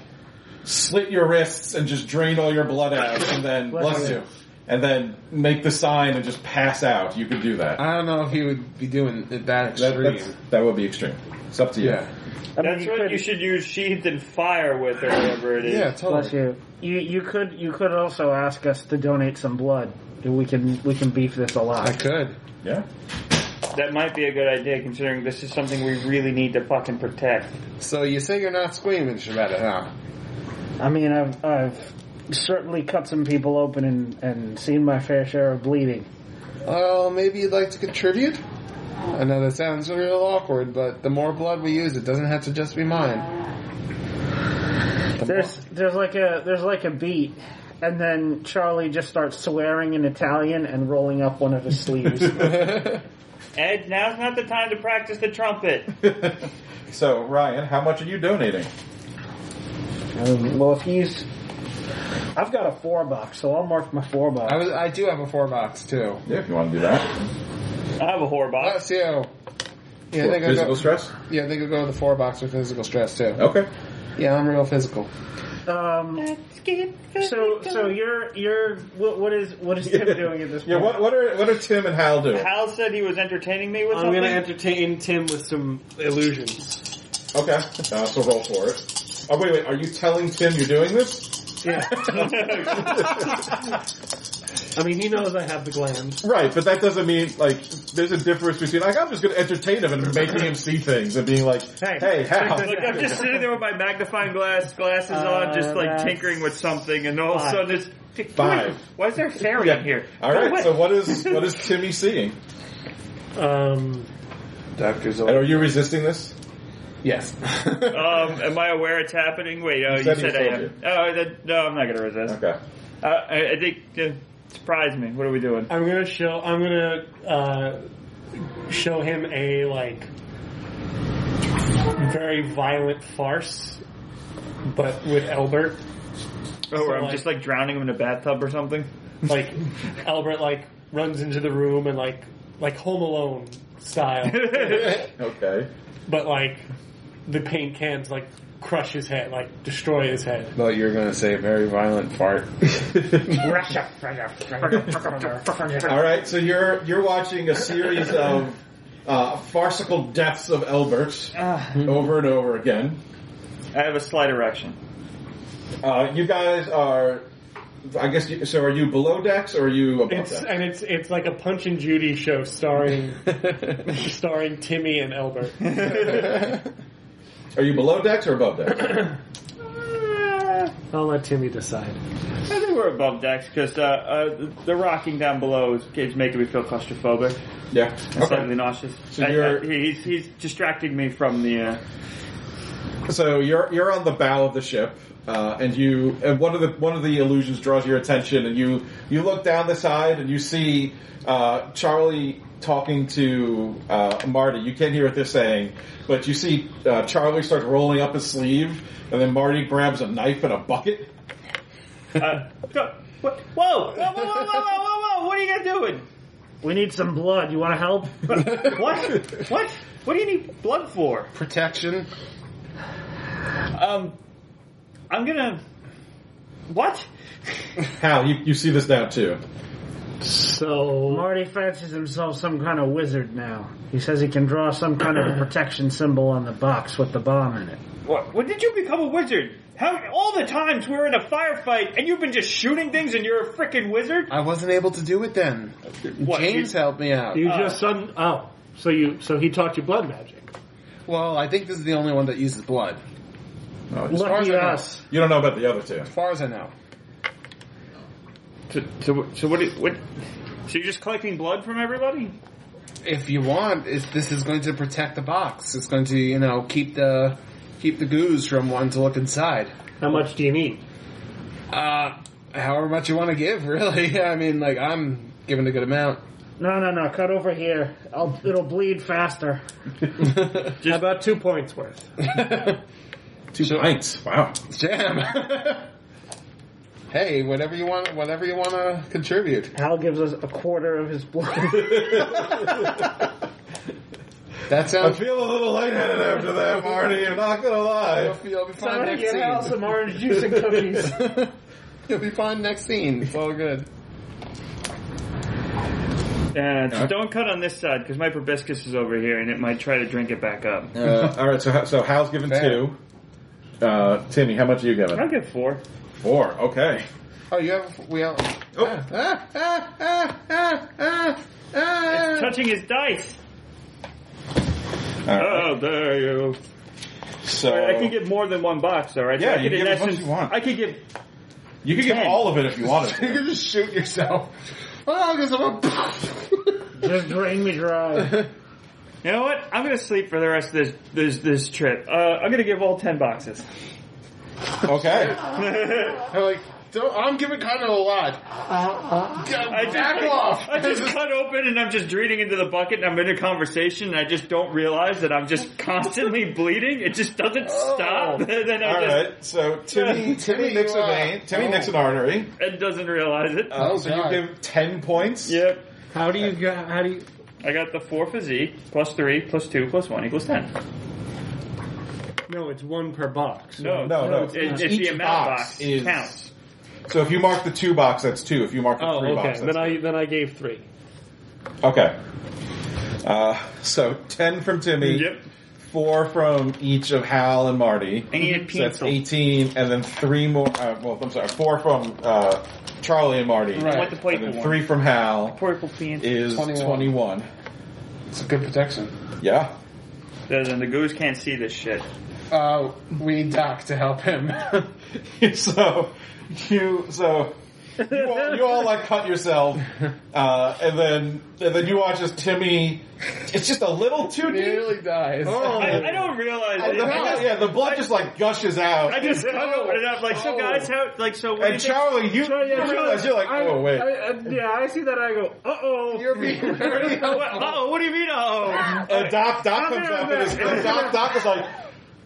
S1: slit your wrists and just drain all your blood out, and then bless you, and then make the sign and just pass out, you could do that.
S5: I don't know if he would be doing it that
S1: That,
S5: extreme.
S1: that's, that would be extreme. It's up to you.
S5: yeah.
S7: I mean,
S4: That's
S7: you
S4: what
S7: could,
S4: you should use sheathed in fire with or whatever it is.
S5: Yeah,
S7: bless
S5: totally.
S7: you. You you could you could also ask us to donate some blood. We can we can beef this a
S5: I
S7: lot.
S5: could.
S1: Yeah.
S4: That might be a good idea considering this is something we really need to fucking protect.
S5: So you say you're not squeamish about it, huh?
S7: I mean, I've I've certainly cut some people open and and seen my fair share of bleeding.
S5: Well, maybe you'd like to contribute? I know that sounds real awkward, but the more blood we use, it doesn't have to just be mine. The
S7: There's there's like a there's like a beat, and then Charlie just starts swearing in Italian and rolling up one of his sleeves.
S4: Ed, now's not the time to practice the trumpet.
S1: so, Ryan, how much are you donating?
S7: um, well, if he's, I've got a four box, so I'll mark my four box.
S5: I was. I do have a four box too.
S1: Yeah, if you want to do that.
S4: I have a whore box.
S5: Bless you.
S3: Yeah, I
S1: Or
S3: think I
S1: physical
S3: go,
S1: stress?
S3: yeah, I think I go with the four box with physical stress too.
S4: Oh.
S1: Okay.
S3: Yeah, I'm real physical.
S7: Um, so so you're you're what, what is what is Tim doing at this
S1: Yeah,
S7: point?
S1: what, what are what are Tim and Hal doing?
S4: Hal said he was entertaining me with
S8: I'm
S4: something.
S8: going to entertain Tim with some illusions.
S1: Okay. Uh, so roll for it. Oh wait, wait. Are you telling Tim you're doing this?
S8: Yeah. I mean, he knows I have the gland.
S1: Right, but that doesn't mean like there's a difference between like I'm just going to entertain him and making him see things and being like, hey, Hal.
S4: Like I'm just sitting there with my magnifying glass, glasses on, just like
S7: that's
S4: tinkering with something, and all of a
S7: five.
S4: sudden it's
S1: Five.
S4: Why is there fairy in here?
S1: All right.
S4: What-
S1: So what is what is Timmy seeing?
S6: Um,
S5: Doctor's
S1: And are you resisting this?
S5: Yes.
S4: Um, am I aware it's happening? Wait, uh, you
S1: said
S4: said,
S1: he
S4: I
S1: told
S4: am. Oh, that, no, I'm not going to resist.
S1: Okay.
S4: Uh, I, I think uh, surprise me. What are we doing?
S6: I'm gonna show. I'm gonna uh, show him a like very violent farce, but with Albert.
S4: Oh, where I'm
S6: like-
S4: just like drowning him in a bathtub or something.
S6: Like Albert like runs into the room and like like Home Alone style,
S1: Okay.
S6: but like the paint cans like crush his head, like destroy his head.
S5: Well, you were going to say very violent fart.
S1: All right. So you're you're watching a series of uh, farcical deaths of Elbert over and over again.
S4: Ah. I have a slight erection.
S1: Uh, you guys are, I guess. You, so are you below decks or are you above
S6: It's
S1: decks?
S6: and it's it's like a Punch and Judy show starring starring Timmy and Albert.
S1: Are you below decks or above decks?
S6: I'll let Timmy decide.
S4: I think we're above decks because uh, uh, the rocking down below is, is making me feel claustrophobic
S1: yeah.
S4: and
S1: Okay.
S4: slightly nauseous.
S1: So
S4: I- I-
S1: you're-
S4: he's, he's distracting me from the. Uh,
S1: So you're you're on the bow of the ship, uh, and you and one of the one of the illusions draws your attention, and you you look down the side and you see uh, Charlie talking to uh, Marty. You can't hear what they're saying, but you see uh, Charlie starts rolling up his sleeve, and then Marty grabs a knife and a bucket.
S4: uh, go- what- whoa! Whoa! Whoa! Whoa! Whoa! Whoa! Whoa! What are you guys doing?
S7: We need some blood. You want to help?
S4: What? What? What do you need blood for?
S5: Protection.
S4: Um, I'm gonna. What?
S1: Hal, you, you see this now too.
S6: So
S7: Marty fancies himself some kind of wizard now. He says he can draw some kind of a protection symbol on the box with the bomb in it.
S4: What? When did you become a wizard? How all the times we're in a firefight and you've been just shooting things and you're a freaking wizard?
S5: I wasn't able to do it then.
S4: What,
S5: James helped me out.
S4: Uh,
S6: you just sudden oh, so you so he taught you blood magic.
S5: Well, I think this is the only one that uses blood.
S1: Oh,
S5: As far as
S7: Lucky
S5: I know.
S7: us.
S1: You don't know about the other two.
S5: As far as I know.
S4: So, so, so what? do you- What? So you're just collecting blood from everybody?
S5: If you want, if this is going to protect the box. It's going to, you know, keep the keep the goose from wanting to look inside.
S6: How much do you need?
S5: Uh, however much you want to give, really. I mean, like, I'm giving a good amount.
S7: No, no, no. Cut over here. I'll, it'll bleed faster.
S6: How about two points worth?
S1: Two pints. Wow.
S5: Jam. hey, whatever you want, whatever you want to contribute.
S7: Hal gives us a quarter of his blood.
S5: That
S1: I
S5: sounds.
S1: feel a little lightheaded after that, Marty. I'm not gonna lie.
S5: You'll be fine
S7: Somebody
S5: next
S7: get Hal
S5: scene.
S7: some orange juice and cookies.
S5: You'll be fine next scene. It's all good.
S4: And so don't cut on this side because my proboscis is over here and it might try to drink it back up.
S1: Uh, all right, so how- so Hal's given
S5: Fair.
S1: two. Uh, Timmy, how much are you
S4: I'll
S1: giving?
S4: get four.
S1: Four. Okay.
S5: Oh, you have we have.
S1: Oh.
S5: Ah, ah, ah, ah, ah, ah, ah.
S4: Touching his dice.
S1: All right.
S4: Oh, there you.
S1: So
S4: I could get more than one box, all right?
S1: Yeah,
S4: I
S1: you
S4: could,
S1: can
S4: in
S1: get as much
S4: essence,
S1: as you want.
S4: I could get
S1: you could give
S4: ten.
S1: all of it if you wanted.
S5: you
S1: to.
S5: can just shoot yourself. Oh, because I'm a.
S7: Just drain me dry.
S4: You know what? I'm gonna sleep for the rest of this this this trip. Uh, I'm gonna give all ten boxes.
S1: okay.
S5: I'm like, don't, I'm giving kind of a lot.
S4: I just,
S5: Back off!
S4: I just cut open and I'm just dreading into the bucket and I'm in a conversation and I just don't realize that I'm just constantly bleeding. It just doesn't stop. And then I
S1: Oh. All
S4: just
S1: right. So Timmy, Timmy
S5: Timmy,
S1: nicks
S5: you
S1: a
S5: are-
S1: vein. Timmy
S5: Oh.
S1: nicks an artery.
S4: it doesn't realize it.
S1: Uh, so you
S5: God.
S1: give ten points.
S4: yep.
S8: How do you go? How do you?
S4: I got the four physique plus three plus two plus one equals ten.
S6: No, it's one per box.
S4: No,
S1: No, no.
S4: It's, it's the
S1: Each
S4: amount
S1: box
S4: box,
S1: is-
S4: counts.
S1: So if you mark the two box, that's two. If you mark the
S6: Oh,
S1: three
S6: okay.
S1: box, that's
S6: Then I then I gave three.
S1: Okay. Uh, so ten from Timmy.
S4: Yep.
S1: Four from each of Hal and Marty.
S4: I need a
S1: So that's
S4: pencil.
S1: eighteen, and then three more. Uh, well, I'm sorry, four from uh, Charlie and Marty.
S4: I want the
S1: And
S4: playful
S1: then
S4: one.
S1: three from Hal
S4: Purple pencil.
S1: is
S5: 21.
S1: twenty-one.
S5: It's a good protection.
S1: Yeah.
S4: Then the goose can't see this shit.
S5: Uh, we need Doc to help him.
S1: so you so you all, you all like cut yourself, uh, and then and then you watch as Timmy. It's just a little too deep.
S5: nearly dies.
S4: I, I don't realize.
S1: And
S4: it.
S1: the-
S4: I just-
S1: yeah, the blood just like gushes out.
S4: I just I
S6: "Oh."
S4: don't open it up like so guys how like so what do you
S1: And
S4: think?
S1: Charlie, you,
S6: Charlie, yeah,
S1: you realize Oh. you're like, oh wait,
S6: yeah, I see that. I go, uh oh.
S5: You're being very helpful.
S4: Oh, what do you mean? Oh,
S1: and Doc Doc
S6: I'm
S1: comes
S6: in
S1: up
S6: there.
S1: and, is, and Doc Doc is like.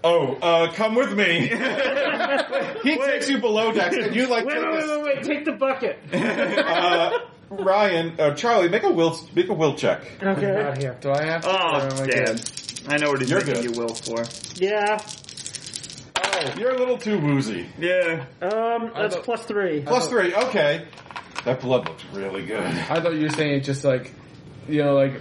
S1: Oh, uh, come with me. he takes you below decks, and you like
S6: Wait,
S1: take
S6: wait,
S1: this-
S6: wait, wait, wait. Take the bucket.
S1: Uh, Ryan, uh, Charlie, make a will make a will check.
S6: Okay. here.
S5: Do I have to?
S4: oh,
S5: my
S4: damn!
S5: God.
S4: I know what he's
S1: You're
S4: making
S1: good.
S4: you will for.
S7: Yeah.
S1: You're a little too woozy.
S4: Yeah,
S7: Um, that's
S5: thought-
S7: plus three.
S1: Plus three. Okay. That blood looks really good.
S5: I thought you were saying it's just like, you know, like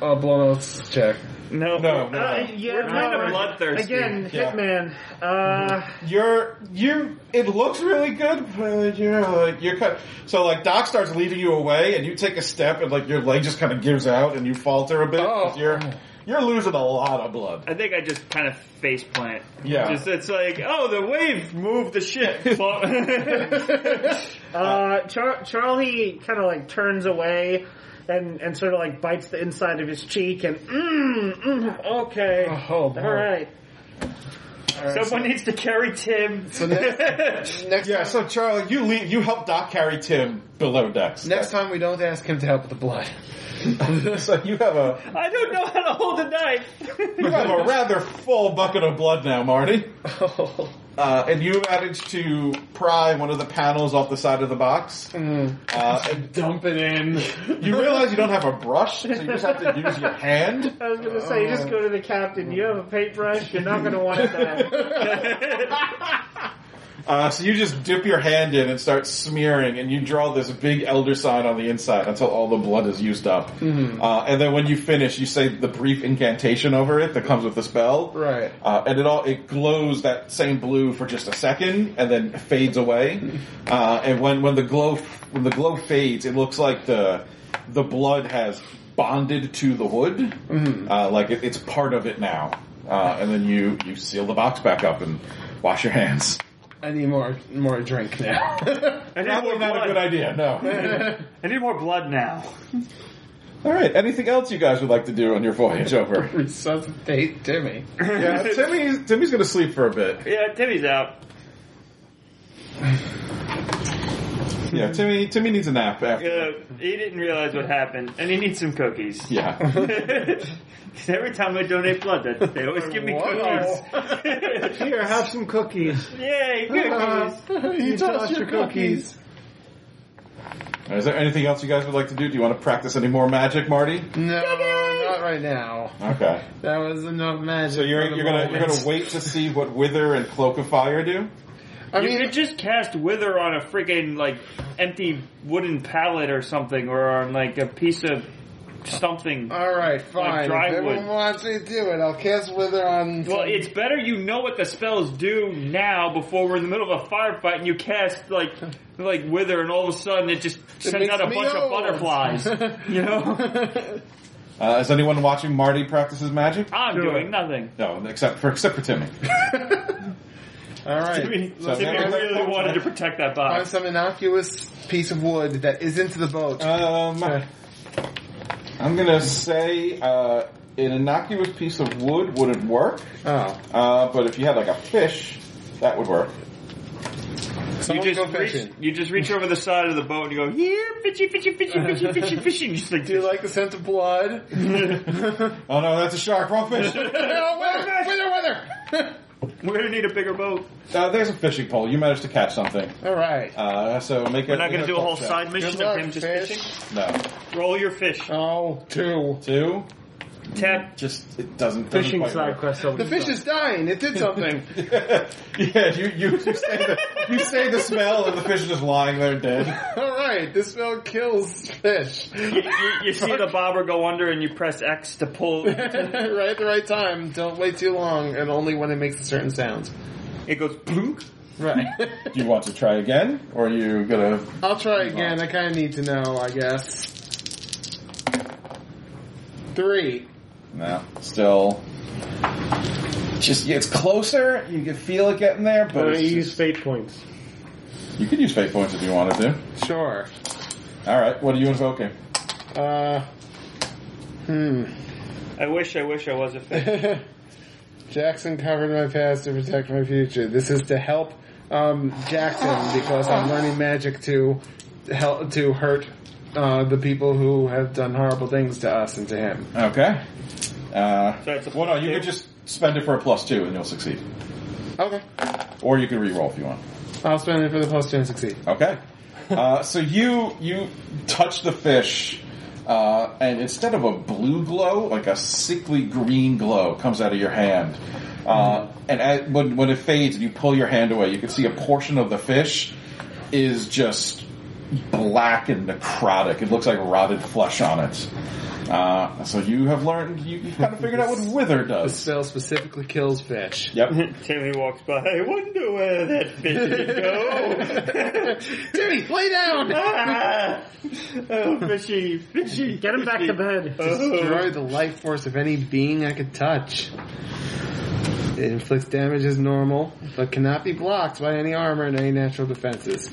S5: a blown out check.
S4: no,
S1: No, no, no.
S7: Uh, yeah,
S4: We're kind of
S7: no,
S4: bloodthirsty.
S7: Again,
S1: Yeah.
S7: Hitman. Uh,
S1: You're you. It looks really good, but you're like you're cut. So like Doc starts leading you away, and you take a step, and like your leg just kind of gives out, and you falter a bit. 'cause
S5: Oh.
S1: You're you're losing a lot of blood.
S4: I think I just kind of face plant.
S1: Yeah.
S4: Just, it's like, oh, the wave moved the ship.
S7: Uh, Char- Charlie kind of like turns away and, and sort of like bites the inside of his cheek and mm, mm okay,
S5: Oh, boy.
S7: all right.
S4: Someone needs to carry Tim.
S5: Next,
S1: Yeah. So Charlie, you leave. You help Doc carry Tim below decks.
S5: next time we don't ask him to help with the blood.
S1: so you have a
S4: I don't know how to hold a knife.
S1: you have a rather full bucket of blood now, Marty. Uh, and you managed to pry one of the panels off the side of the box. Uh, and
S5: Mm. Dump it in.
S1: you realize you don't have a brush, so you just have to use your hand.
S7: I was gonna say, you just go to the captain. You have a paintbrush. You're not gonna want that.
S1: Uh, so you just dip your hand in and start smearing, and you draw this big elder sign on the inside until all the blood is used up. Uh, and then when you finish, you say the brief incantation over it that comes with the spell.
S5: Right.
S1: Uh, and it all it glows that same blue for just a second, and then fades away. Uh, and when when the glow when the glow fades, it looks like the the blood has bonded to the wood, uh, like it, it's part of it now. Uh, and then you you seal the box back up and wash your hands.
S5: I need more more drink now.
S4: I need
S1: Probably
S4: more
S1: not a
S4: blood.
S1: good idea. No.
S4: I need more blood now.
S1: All right. Anything else you guys would like to do on your voyage over?
S5: Resuscitate Timmy.
S1: yeah, Timmy. Timmy's gonna sleep for a bit.
S4: Yeah, Timmy's out.
S1: Yeah, Timmy. Timmy needs a nap after.
S4: Uh, he didn't realize what happened, and he needs some cookies.
S1: Yeah.
S4: 'Cause every time I donate blood, that- they always give me
S5: Wow.
S4: cookies.
S8: Here, have some cookies.
S4: Yay, cookies!
S5: you tossed your cookies.
S1: Is there anything else you guys would like to do? Do you want to practice any more magic, Marty?
S5: No, not right now.
S1: Okay.
S5: That was enough magic.
S1: So you're
S5: for the
S1: you're gonna you're
S5: moment.
S1: gonna wait to see what Wither and Cloak of Fire do.
S5: I
S4: you
S5: mean,
S4: could just cast Wither on a freaking like empty wooden pallet or something, or on like a piece of something.
S5: all right, fine. If
S4: dry wood.
S5: everyone wants me to do it, I'll cast wither on.
S4: Well, it's better you know what the spells do now before we're in the middle of a firefight and you cast like like Wither, and all of a sudden it just sends
S5: makes
S4: out a
S5: me
S4: bunch of
S5: old.
S4: butterflies. you know,
S1: Uh, is anyone watching Marty practices magic?
S4: I'm doing nothing.
S1: No, except for except for Timmy.
S5: all right.
S4: Timmy,
S1: So
S4: Timmy
S1: now-
S4: really wanted to protect that
S5: Find
S4: box.
S5: some innocuous piece of wood that isn't the boat.
S1: Um, I'm gonna say uh, an innocuous piece of wood wouldn't work,
S5: oh,
S1: uh, but if you had like a fish, that would work.
S5: someone
S4: you
S5: go
S4: just reach,
S5: fishing.
S4: you just reach over the side of the boat and you go here, fishy, fishy, fishy, fishy, fishy, fishy. and Just like
S5: Do you like the scent of blood?
S1: Oh no, that's a shark. Wrong fish.
S5: no, wither, wither, wither.
S4: We're gonna need a bigger boat.
S1: Uh, there's a fishing pole. You managed to catch something.
S5: All right.
S1: Uh, so make it.
S4: We're not gonna do a whole
S1: check.
S4: side
S5: Good
S4: mission
S5: luck,
S4: of him just
S5: fish.
S4: fishing.
S1: No.
S4: Roll your fish.
S8: Uh-huh.
S5: Oh, two.
S1: Two.
S4: Tap.
S1: Just it doesn't.
S8: Fishing
S1: doesn't
S8: side
S1: quite
S8: quest.
S5: The fish is dying. It did something.
S1: work. yeah. You you you say the you say the smell and the fish is just lying there dead.
S5: All right. This spell kills fish.
S4: You, you, you see the bobber go under, and you press X to pull.
S5: right at the right time. Don't wait too long, and only when it makes a certain sound.
S4: It goes plunk.
S5: Right.
S1: Do you want to try again, or are you gonna?
S5: I'll try again. I kind of need to know, I guess. Three.
S1: No. Still. Just yeah, it's closer. You can feel it getting there, but
S8: I
S1: it's
S8: use fate points.
S1: just- you could use fate points if you wanted to.
S5: Sure.
S1: All right. What are you invoking?
S5: Uh. Hmm.
S4: I wish, I wish I was a fish.
S5: Jackson covered my past to protect my future. This is to help um, Jackson because I'm learning magic to help to hurt uh, the people who have done horrible things to us and to him.
S1: Okay. Uh,
S4: So it's a
S1: well, no, you
S4: two.
S1: could just spend it for a plus two and you'll succeed.
S5: Okay,
S1: Or you can re-roll if you want.
S5: I'll spend it for the plus two and succeed.
S1: Okay. Uh, so you you touch the fish, uh, and instead of a blue glow, like a sickly green glow comes out of your hand. Uh,
S4: Hmm.
S1: and as, when when it fades and you pull your hand away, you can see a portion of the fish is just black and necrotic. It looks like rotted flesh on it. Uh, so you have learned, you, you kind of figured out what wither
S5: The
S1: does.
S5: spell specifically kills fish.
S1: Yep.
S4: Timmy walks by. I wonder where that fish would go.
S5: Timmy, lay down!
S4: Ah! oh, fishy, fishy. Oh.
S7: Get him back to bed.
S5: Destroy the life force of any being I could touch. It inflicts damage as normal, but cannot be blocked by any armor and any natural defenses.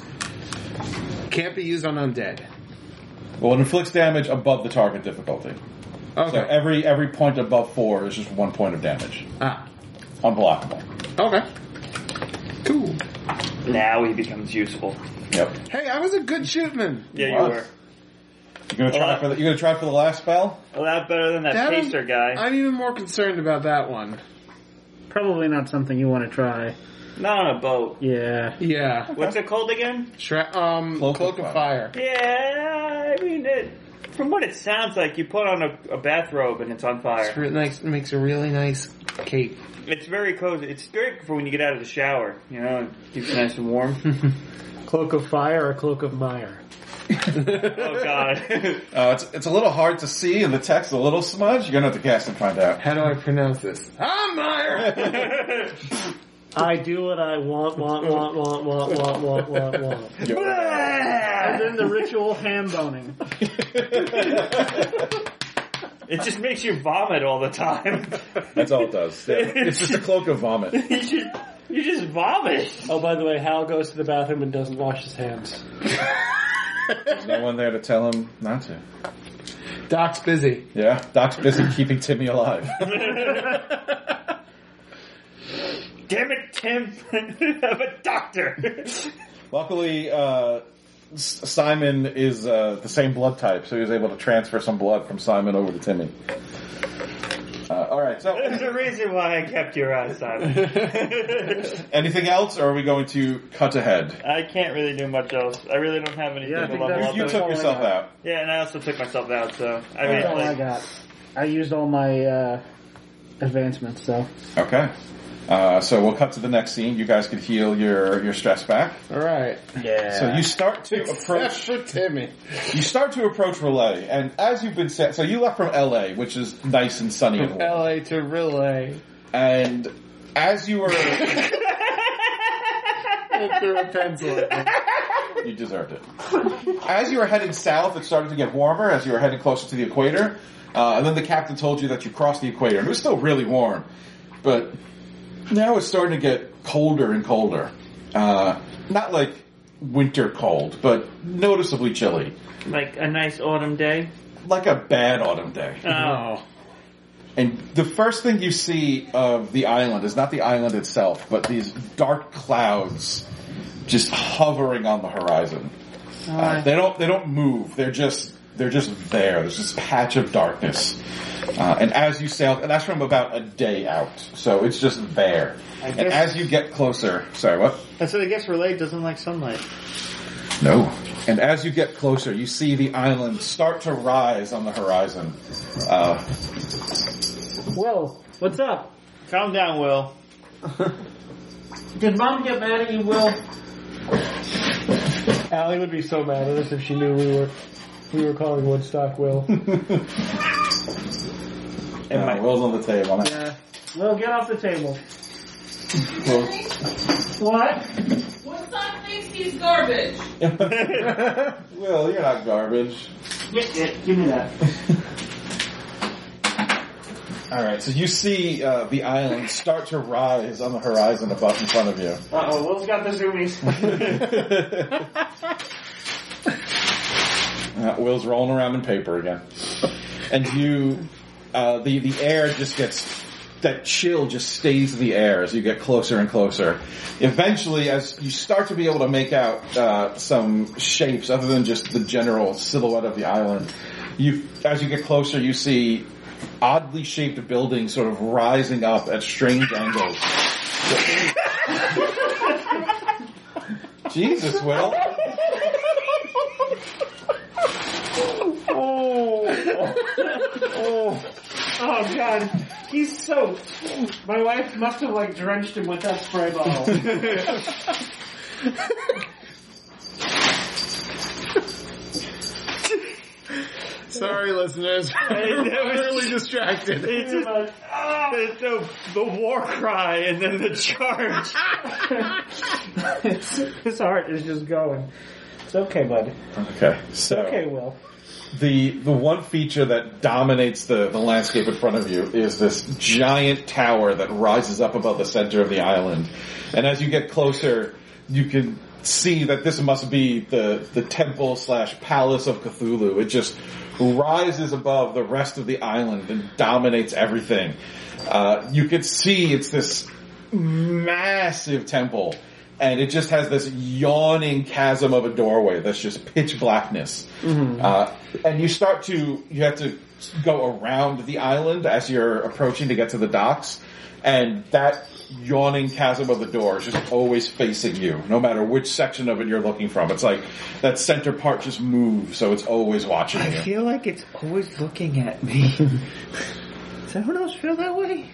S5: Can't be used on undead.
S1: Well, it inflicts damage above the target difficulty. So
S5: Okay.
S1: every every point above four is just one point of damage,
S5: Ah.
S1: unblockable.
S5: Okay. Cool.
S4: Now he becomes useful.
S1: Yep.
S5: Hey, I was a good shootman.
S4: Yeah, you
S1: What?
S4: were.
S1: You gonna try
S4: Alright.
S1: for the, you gonna try for the last spell?
S4: A lot better than that,
S5: That I'm-
S4: pacer guy.
S5: I'm even more concerned about that one.
S7: Probably not something you want to try.
S4: Not on a boat.
S7: Yeah.
S5: Yeah.
S4: What's it called again?
S5: Shra- um,
S1: Cloak
S5: Cloak,
S1: of
S5: of Fire.
S4: Yeah, I mean, it, from what it sounds like, you put on a, a bathrobe and it's on
S5: It's
S4: fire.
S5: re- nice, makes a really nice cape.
S4: It's very cozy. It's great for when you get out of the shower. You know, it keeps you nice and warm.
S8: Cloak of fire or cloak of mire.
S4: oh God.
S1: Uh, it's it's a little hard to see, and the text a little smudge. You're gonna have to cast and find out.
S5: How do I pronounce this? I'm Meyer!
S8: I do what I want, want, want, want, want, want, want, want, want.
S7: And then the ritual ham boning.
S4: it just makes you vomit all the time.
S1: That's all it does. Yeah. It's just a cloak of vomit.
S4: you just you just vomit.
S8: Oh, by the way, Hal goes to the bathroom and doesn't wash his hands.
S1: There's no one there to tell him not to.
S5: Doc's busy.
S1: Yeah, Doc's busy keeping Timmy alive.
S4: Damn it, Tim! I'm a doctor.
S1: Luckily, uh, S- Simon is uh, the same blood type, so he was able to transfer some blood from Simon over to Timmy. Uh, all right.
S4: There's
S1: So,
S4: a reason why I kept your eyes on.
S1: anything else, or are we going to cut ahead?
S4: I can't really do much else. I really don't have anything
S7: Yeah, I
S4: to
S7: think
S4: level
S7: that's-
S4: up.
S1: You
S4: in.
S1: took yourself out.
S4: yeah, and I also took myself out, so I mean,
S7: That's all I
S4: like,
S7: got. I used all my uh, advancements, so.
S1: Okay. Uh, so we'll cut to the next scene. You guys can heal your, your stress back.
S5: Alright.
S7: Yeah.
S1: So you start to
S5: Except
S1: approach
S5: for Timmy.
S1: you start to approach Relay, and as you've been set, so you left from LA, which is nice and sunny and warm.
S5: LA to relay.
S1: And as you were,
S5: I threw a pencil at him.
S1: you deserved it. As you were headed south, it started to get warmer. As you were headed closer to the equator, uh, and then the captain told you that you crossed the equator. It was still really warm, but now it's starting to get colder and colder. Uh, not like winter cold, but noticeably chilly.
S4: like a nice autumn day.
S1: like a bad autumn day.
S4: Oh,
S1: And the first thing you see of the island is not the island itself, but these dark clouds just hovering on the horizon. Uh, they don't they don't move. They're just they're just there. There's this patch of darkness. Uh, and as you sail, and that's from about a day out, so it's just there.
S7: I
S1: And
S7: guess-
S1: as you get closer, sorry, what?
S7: And so I guess Relay doesn't like sunlight.
S1: No. And as you get closer, you see the island start to rise on the horizon. Uh,
S8: Will, what's up?
S7: Calm down, Will.
S8: Did Mom get mad at you, Will?
S6: Allie would be so mad at us if she knew we were we were calling Woodstock Will.
S1: and my rolls on the table. and I-
S8: Will, get off the table.
S1: Well,
S8: What?
S11: Woodstock thinks he's garbage.
S1: Will, you're not garbage.
S8: give me that.
S1: All right, so you see uh, the island start to rise on the horizon above in front of you.
S8: Uh oh, Will's got the zoomies.
S1: Uh, Will's rolling around in paper again, and you, uh, the the air just gets that chill just stays the air as you get closer and closer. Eventually, as you start to be able to make out uh, some shapes other than just the general silhouette of the island, you as you get closer, you see oddly shaped buildings sort of rising up at strange angles. Jesus, Will.
S8: Oh god, he's soaked. My wife must have like drenched him with that spray bottle.
S3: Sorry, listeners. really distracted.
S4: It's, just-
S8: ah.
S4: it's so the war cry and then the charge.
S8: His heart is just going. It's okay, bud.
S1: Okay, so
S8: Okay, Will.
S1: the the one feature that dominates the, the landscape in front of you is this giant tower that rises up above the center of the island. And as you get closer, you can see that this must be the, the temple slash palace of Cthulhu. It just rises above the rest of the island and dominates everything. Uh, you can see it's this massive temple. And it just has this yawning chasm of a doorway that's just pitch blackness. Uh, and you start to, you have to go around the island as you're approaching to get to the docks. And that yawning chasm of the door is just always facing you, no matter which section of it you're looking from. It's like that center part just moves, so it's always watching you.
S4: I feel like it's always looking at me. Does anyone else feel that way?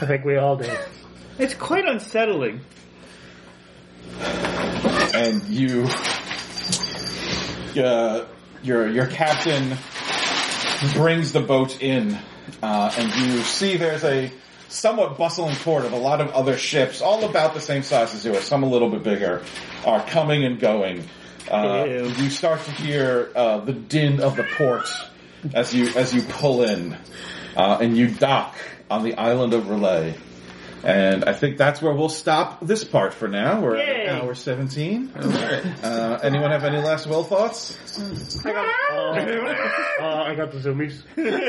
S6: I think we all do.
S4: It's quite unsettling.
S1: and you, uh, your your captain brings the boat in, uh, and you see there's a somewhat bustling port of a lot of other ships, all about the same size as yours, some a little bit bigger, are coming and going. Uh,
S4: Ew.
S1: you start to hear uh, the din of the port as you as you pull in, uh, and you dock on the island of Relay. And I think that's where we'll stop this part for now. We're
S4: Yay.
S1: at hour 17. Uh, anyone have any last will thoughts?
S6: Uh, I got the zoomies.